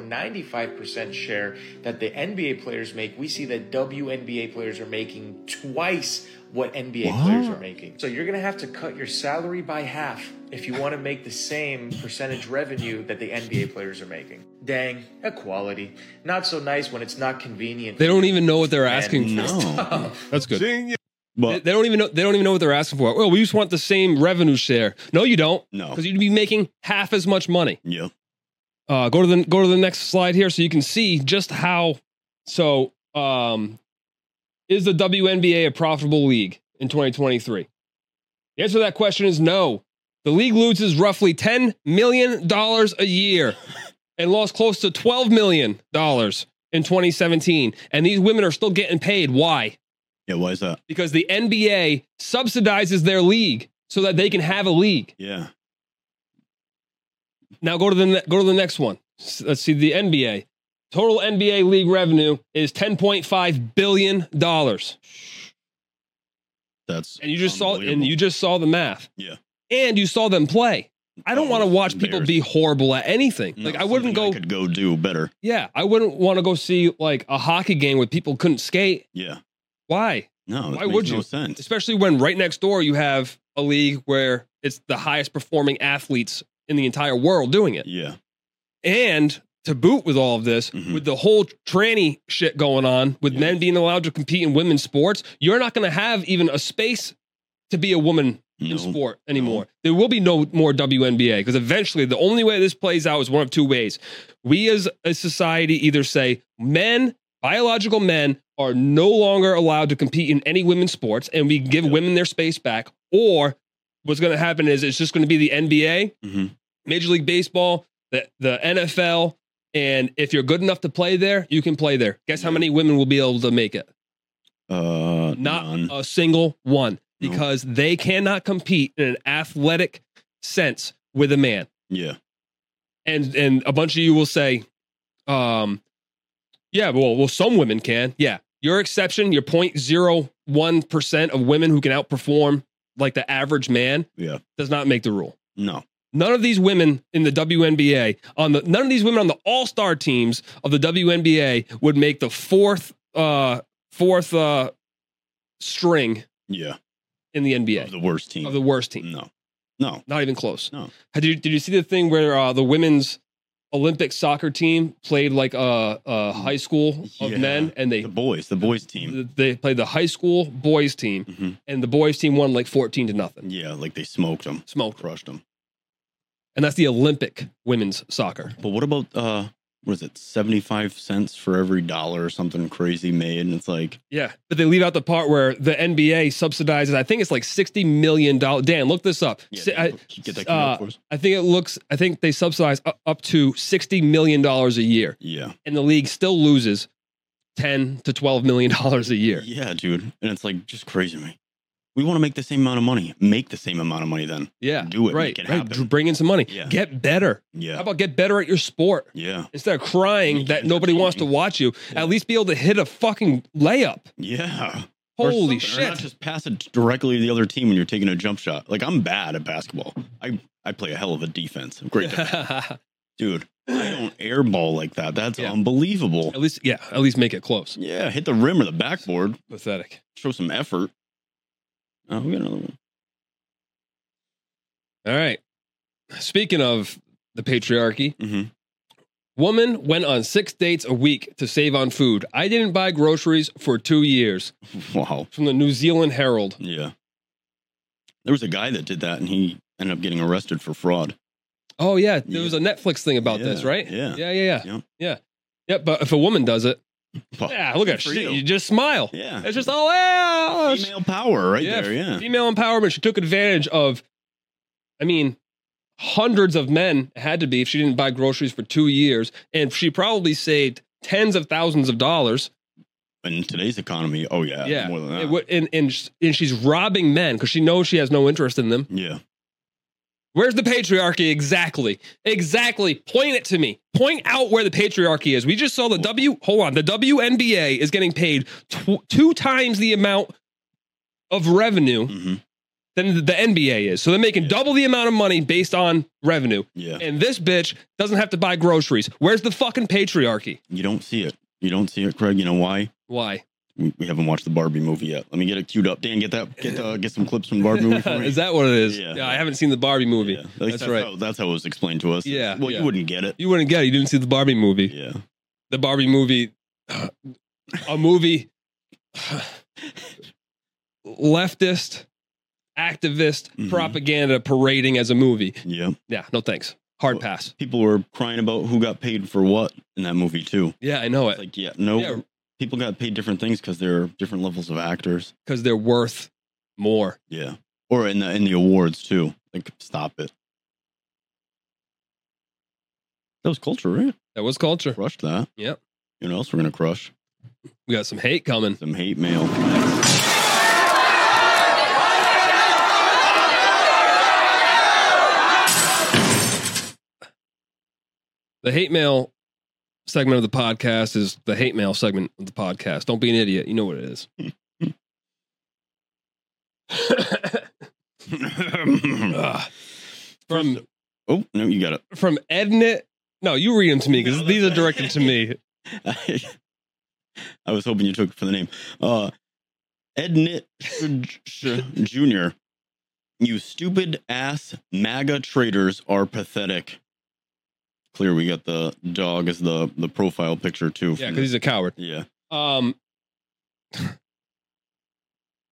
O: 0.095% share that the NBA players make, we see that WNBA players are making twice what NBA players are making. So you're going to have to cut your salary by half if you want to make the same percentage revenue that the NBA players are making. Dang, equality. Not so nice when it's not convenient.
A: They don't even know what they're asking
O: Man,
A: for.
O: it's tough.
A: That's good.
B: But-
A: they, they don't even know. They don't even know what they're asking for. Well, we just want the same revenue share. No, you don't.
B: No.
A: because you'd be making half as much money.
B: Yeah.
A: Uh, go to the go to the next slide here, so you can see just how. So, um, is the WNBA a profitable league in 2023? The answer to that question is no. The league loses roughly 10 million dollars a year, (laughs) and lost close to 12 million dollars in 2017. And these women are still getting paid. Why?
B: Yeah. Why is that?
A: because the NBA subsidizes their league so that they can have a league.
B: Yeah.
A: Now go to the ne- go to the next one. S- Let's see the NBA. Total NBA league revenue is 10.5 billion dollars.
B: That's
A: and you just saw and you just saw the math.
B: Yeah.
A: And you saw them play. I don't want to watch people be horrible at anything.
B: No,
A: like I wouldn't go
B: Could go do better.
A: Yeah, I wouldn't want to go see like a hockey game with people couldn't skate.
B: Yeah.
A: Why?
B: No.
A: Why would you?
B: No sense.
A: Especially when right next door you have a league where it's the highest performing athletes in the entire world doing it.
B: Yeah.
A: And to boot with all of this, with the whole tranny shit going on, with men being allowed to compete in women's sports, you're not going to have even a space to be a woman in sport anymore. There will be no more WNBA because eventually the only way this plays out is one of two ways. We as a society either say men, biological men, are no longer allowed to compete in any women's sports and we give women their space back, or what's going to happen is it's just going to be the NBA Major League Baseball, the, the NFL, and if you're good enough to play there, you can play there. Guess how many women will be able to make it?
B: Uh.
A: Not
B: none.
A: a single one because they cannot compete in an athletic sense with a man.
B: Yeah.
A: And and a bunch of you will say, um, yeah, well, well, some women can. Yeah. Your exception, your 0.01% of women who can outperform like the average man
B: Yeah.
A: does not make the rule.
B: No.
A: None of these women in the WNBA on the none of these women on the All Star teams of the WNBA would make the fourth uh fourth uh string
B: Yeah.
A: in the NBA
B: Of the worst team.
A: of the worst team.
B: No, no,
A: not even close.
B: Mm. No.
A: Did you, did you see the thing where uh, the women's Olympic soccer team played like a, a high school of
B: Yeah.
A: men, and they
B: The boys, the boys team. Mm-hmm.
A: they played the high school boys team, and the boys team won like fourteen to nothing.
B: Yeah, like they smoked them,
A: smoked,
B: crushed them.
A: And that's the Olympic women's soccer.
B: But what about uh what is it, seventy five cents for every dollar or something crazy made? And it's like
A: Yeah, but they leave out the part where the NBA subsidizes. I think it's like sixty million dollars. Dan, look this up. Si- I,
B: get that
A: uh, I think it looks. I think they subsidize u- up to sixty million dollars a year,
B: Yeah.
A: and the league still loses ten to twelve million (laughs) dollars a year.
B: Yeah, dude. And it's like just crazy to me. We want to make the same amount of money. Make the same amount of money then.
A: Yeah,
B: Do it.
A: Right,
B: Make it
A: right.
B: happen.
A: Bring in some money.
B: Yeah.
A: Get better.
B: Yeah.
A: How about get better at your sport?
B: Yeah.
A: Instead of crying that nobody wants to watch you, at least be able to hit a fucking layup.
B: Yeah. Or
A: Holy
B: something- or
A: shit.
B: not just pass it directly to the other team when you're taking a jump shot. Like I'm bad at basketball. I I play a hell of a defense.
A: (laughs)
B: Great, defense. dude. I don't airball like that. That's unbelievable. At
A: least, yeah. At least make it close.
B: Yeah, hit the rim or the backboard.
A: Pathetic.
B: Show some effort. Oh, we got another one.
A: All right. Speaking of the patriarchy,
B: Mm-hmm.
A: woman went on six dates a week to save on food. I didn't buy groceries for two years.
B: (laughs) Wow.
A: From the New Zealand Herald.
B: Yeah. There was a guy that did that, and he ended up getting arrested for fraud.
A: Oh yeah, there was a Netflix thing about this,
B: Yeah,
A: right?
B: yeah.
A: yeah, yeah, yeah,
B: Yep.
A: yeah, yeah. But if a woman does it,
B: Well,
A: yeah, look at
B: good for
A: shit. You.
B: you.
A: just smile.
B: Yeah.
A: it's just all oh,
B: Female power right there, yeah.
A: female empowerment. She took advantage of, I mean, hundreds of men it had to be if she didn't buy groceries for two years, and she probably saved tens of thousands of dollars.
B: In today's economy, oh yeah, more than that.
A: It would- and and sh- and she's robbing men because she knows she has no interest in them.
B: yeah.
A: Where's the patriarchy exactly? Exactly. Point it to me. Point out where the patriarchy is. We just saw the W. Hold on. The WNBA is getting paid tw- two times the amount of revenue
B: Mm-hmm.
A: than the, the NBA is. So they're making double the amount of money based on revenue.
B: Yeah.
A: And this bitch doesn't have to buy groceries. Where's the fucking patriarchy?
B: You don't see it. You don't see it, Craig. You know why?
A: Why?
B: We, we haven't watched the Barbie movie yet. Let me get it queued up. Dan, get that. Get uh, get some clips from the Barbie
A: (laughs)
B: movie for me.
A: is that what it is?
B: Yeah.
A: Yeah. I haven't seen the Barbie movie.
B: Like,
A: that's right.
B: How, that's how it was explained to us.
A: Yeah,
B: Well,
A: yeah.
B: you wouldn't get it.
A: You wouldn't get it. You didn't see the Barbie movie.
B: Yeah.
A: The Barbie movie, a movie, leftist, activist propaganda parading as a movie.
B: Yeah.
A: Yeah. No thanks. Hard pass.
B: People were crying about who got paid for what in that movie too.
A: Yeah, I know
B: It's
A: it.
B: like yeah, no.
A: Yeah.
B: People got paid different things because they're different levels of actors.
A: Because they're worth more.
B: Yeah. Or in the in the awards too. Like stop it. That was culture, right?
A: That was culture.
B: Crushed that.
A: Yep.
B: You know what else we're gonna crush?
A: We got some hate coming.
B: Some hate mail.
A: The hate mail segment of the podcast is the hate mail segment of the podcast. Don't be an idiot. You know what it is. Ugh. from
B: (laughs) oh no, you got it.
A: from Ednit. No, you read them to me because these are directed to me.
B: I, (laughs) I was hoping you took it for the name. Uh, Ednit Jr. You stupid ass MAGA traitors are pathetic. Clear, we got the dog as the the profile picture too.
A: Yeah, because he's a coward.
B: Yeah,
A: Um, (laughs)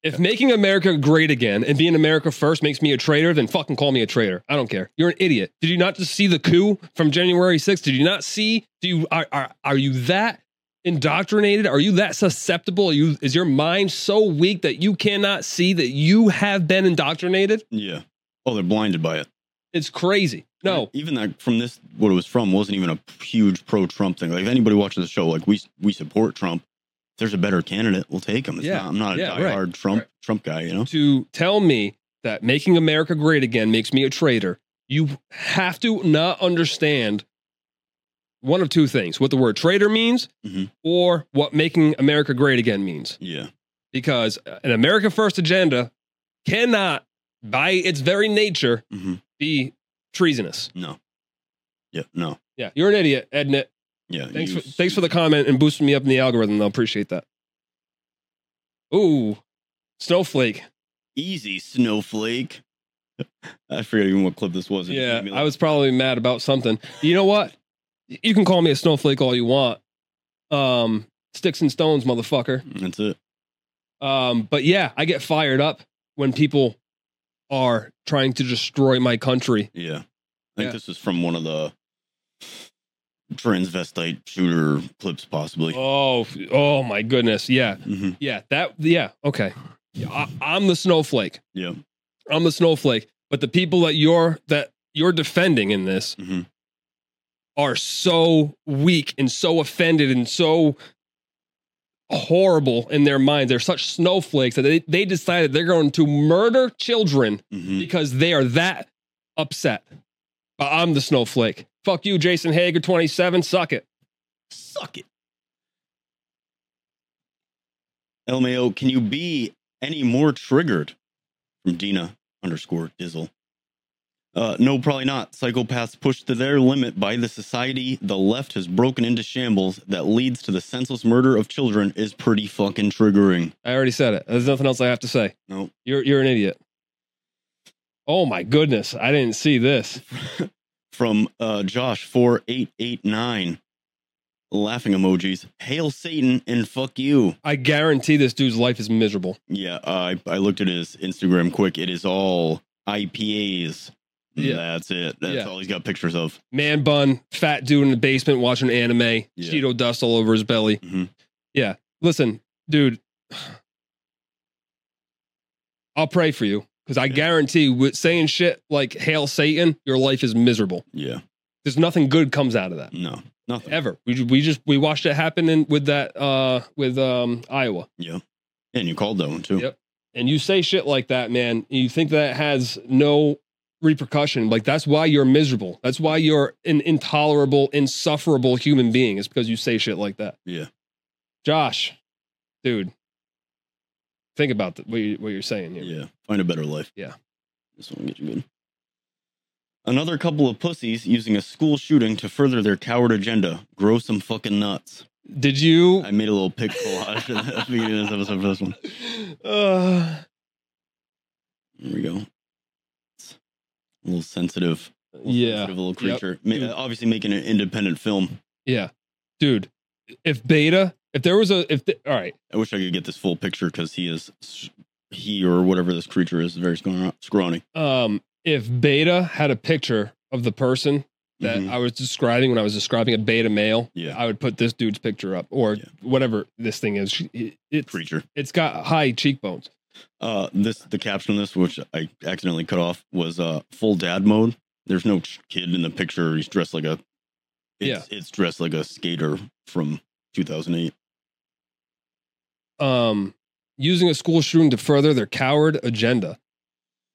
A: if making America great again and being America first makes me a traitor, then fucking call me a traitor. I don't care. You're an idiot. Did you not just see the coup from January 6th? Did you not see? Do you are are, are you that indoctrinated? Are you that susceptible? Are you is your mind so weak that you cannot see that you have been indoctrinated?
B: yeah. Oh, they're blinded by it.
A: It's crazy. No,
B: Even that from this, what it was from wasn't even a huge pro Trump thing. Like if anybody watches the show, like we we support Trump. If there's a better candidate, we'll take him. It's
A: Yeah,
B: not, I'm not a
A: yeah, right,
B: diehard Trump Trump guy. You know.
A: to tell me that making America great again makes me a traitor, you have to not understand one of two things what the word traitor means or what making America great again means.
B: Yeah.
A: Because uh, an America First agenda cannot, by its very nature, be treasonous.
B: No. Mm-hmm. Yeah. No.
A: Yeah. You're an idiot, Ednit.
B: Yeah.
A: Thanks
B: you
A: for, thanks for the comment and boosting me up in the algorithm. I appreciate that. Ooh, Snowflake.
B: Easy snowflake. (laughs) I forget even what clip this was. It just
A: Yeah,
B: made me
A: I was probably mad about something. You know what? you can call me a snowflake all you want. Um, sticks and stones, motherfucker.
B: Mm, That's it.
A: Um, but yeah, I get fired up when people are trying to destroy my country.
B: Yeah. I think this is from one of the transvestite shooter clips, possibly.
A: Oh, f- oh my goodness. Yeah.
B: Mhm.
A: Yeah. That, yeah. Okay. Yeah, I, I'm the snowflake.
B: Yeah.
A: I'm the snowflake. But the people that you're, that you're defending in this are so weak and so offended and so horrible in their minds. They're such snowflakes that they, they decided they're going to murder children
B: Mm-hmm. Mm.
A: because they are that upset. But I'm the snowflake. Fuck you, Jason Hager 27. Suck it.
B: Suck it. LMAO, can you be any more triggered? From Dina underscore Dizzle. Uh, no, probably not. Psychopaths pushed to their limit by the society the left has broken into shambles that leads to the senseless murder of children is pretty fucking triggering.
A: I already said it. There's nothing else I have to say.
B: Nope.
A: You're you're an idiot. Oh my goodness. I didn't see this.
B: From uh, Josh four eight eight nine, laughing emojis. Hail Satan and fuck you.
A: I guarantee this dude's life is miserable.
B: Yeah, I I looked at his Instagram quick. It is all IPAs.
A: Yeah.
B: that's it. That's
A: Yeah.
B: all he's got pictures of.
A: Man bun, fat dude in the basement watching anime,
B: Yeah.
A: Cheeto dust all over his belly.
B: Mhm.
A: Yeah. Listen, dude, I'll pray for you because I guarantee with saying shit like hail Satan, your life is miserable.
B: Yeah,
A: There's nothing good comes out of that
B: no, nothing.
A: ever. We, ju- we just, we watched it happen in, with that, uh, with um, Iowa.
B: Yeah, and you called that one too.
A: Yep. and you say shit like that, man, and you think that has no repercussion. Like that's why you're miserable. That's why you're an intolerable, insufferable human being. Is because you say shit like that.
B: Yeah,
A: Josh, dude, think about th- what, you, what you're saying here.
B: yeah. Find a better life.
A: Yeah.
B: This one will get you good. Another couple of pussies using a school shooting to further their coward agenda. Grow some fucking nuts.
A: Did you?
B: I made a little pic collage at the (laughs) beginning of this episode for this one.
A: Uh,
B: There we go. It's a little sensitive. A
A: (sighs)
B: little
A: Yeah.
B: sensitive little
A: Yep.
B: creature. Ma-
A: Dude.
B: Obviously, making an independent film.
A: yeah, dude. If Beta, if there was a, if the, all right,
B: I wish I could get this full picture because he is s- he or whatever this creature is very scrawny. scrawny.
A: um, if Beta had a picture of the person that I was describing when I was describing a beta male,
B: Yeah,
A: I would put this dude's picture up or whatever this thing is. She- it- It's
B: creature.
A: it's got high cheekbones.
B: Uh, this the caption of this, which I accidentally cut off, was uh full dad mode. There's no ch- kid in the picture. He's dressed like a it's, it's dressed like a skater from 2008.
A: Um, using a school shooting to further their coward agenda.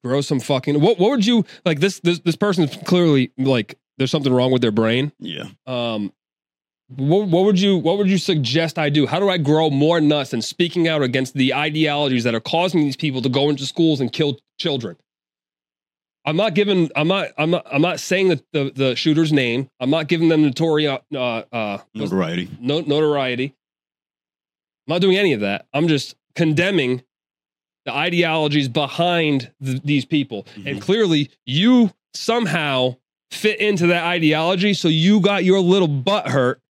A: Grow some fucking. What what would you like? This this this person's clearly like there's something wrong with their brain.
B: Yeah,
A: Um, what what would you what would you suggest I do? How do I grow more nuts and speaking out against the ideologies that are causing these people to go into schools and kill children? I'm not giving. I'm not. I'm not. I'm not saying the the, the shooter's name. I'm not giving them notori- uh, uh, what's-
B: notoriety.
A: no, notoriety. I'm not doing any of that. I'm just condemning the ideologies behind th- these people. And clearly, you somehow fit into that ideology. So you got your little butt hurt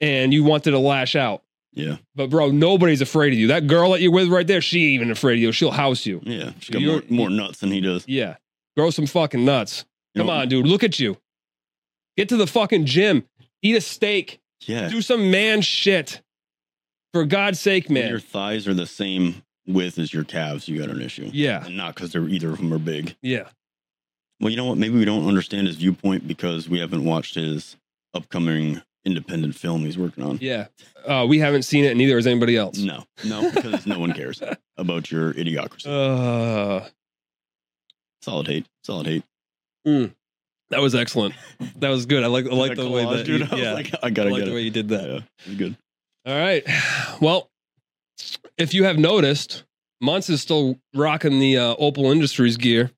A: and you wanted to lash out.
B: Yeah,
A: But, bro, nobody's afraid of you. That girl that you're with right there, she ain't even afraid of you. She'll house you.
B: yeah. She's got more,
A: You're-
B: more nuts than he does.
A: Yeah. Grow some fucking nuts.
B: You
A: Come
B: know-
A: on, dude. Look at you. Get to the fucking gym. Eat a steak.
B: Yeah,
A: Do some man shit. For God's sake,
B: When
A: man.
B: your thighs are the same width as your calves, you got an issue.
A: Yeah.
B: And not because they're either of them are big.
A: Yeah.
B: Well, you know what? Maybe we don't understand his viewpoint because we haven't watched his upcoming independent film he's working on.
A: Yeah. Uh, we haven't seen it, and neither has anybody else.
B: No, no, because no
A: (laughs)
B: one cares about your idiocracy.
A: Uh,
B: Solid hate. Solid hate.
A: mm. that was excellent. That was good. I like I like
B: That
A: the way
B: collage,
A: that
B: dude, (laughs)
A: you,
B: I was
A: yeah.
B: like, I
A: I
B: gotta
A: like
B: get
A: the way
B: it.
A: you did that.
B: Yeah, it's good.
A: All right. Well, if you have noticed, Monts is still rocking the uh, Opal Industries gear.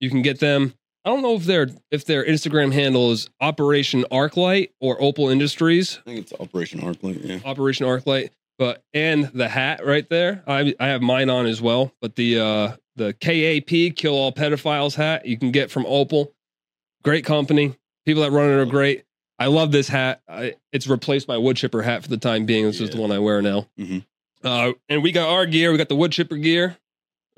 A: You can get them. I don't know if their if their Instagram handle is Operation Arclight or Opal Industries.
B: I think it's Operation Arclight. Yeah.
A: Operation Arclight, but and the hat right there. I I have mine on as well, but the uh the KAP Kill All Pedophiles hat you can get from Opal. Great company. People that run it are great. I love this hat. I, it's replaced my wood chipper hat for the time being. This is the one I wear now. Uh, and we got our gear. We got the wood chipper gear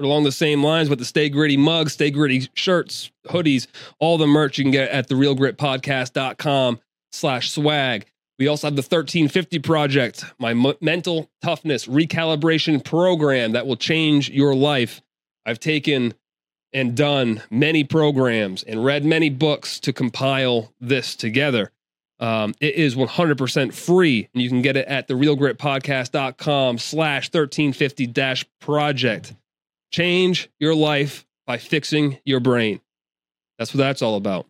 A: along the same lines with the Stay Gritty mugs, Stay Gritty shirts, hoodies, all the merch you can get at therealgritpodcast.com slash swag. We also have the 1350 Project, my m- mental toughness recalibration program that will change your life. I've taken and done many programs and read many books to compile this together. Um, it is 100% free, and you can get it at therealgritpodcast.com slash 1350 dash project. Change your life by fixing your brain. That's what that's all about.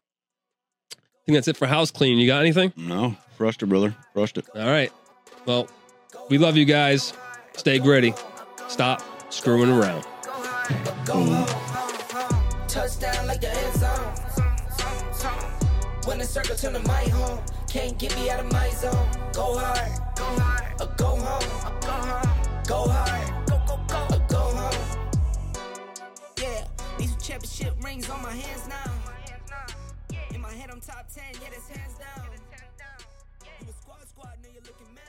A: I think that's it for house cleaning. You got anything?
B: No. Crushed it, brother. Crushed it.
A: All right. Well, we love you guys. Stay gritty. Stop screwing around.
P: Touchdown like the end zone. When the circle turn to my home, can't get me out of my zone. Go hard, go hard, or go home, go hard, go hard, go go go, or go home. Yeah, these are championship rings on my hands now. In my head, I'm top ten, yeah, that's hands down. You a squad squad, now you're looking mad.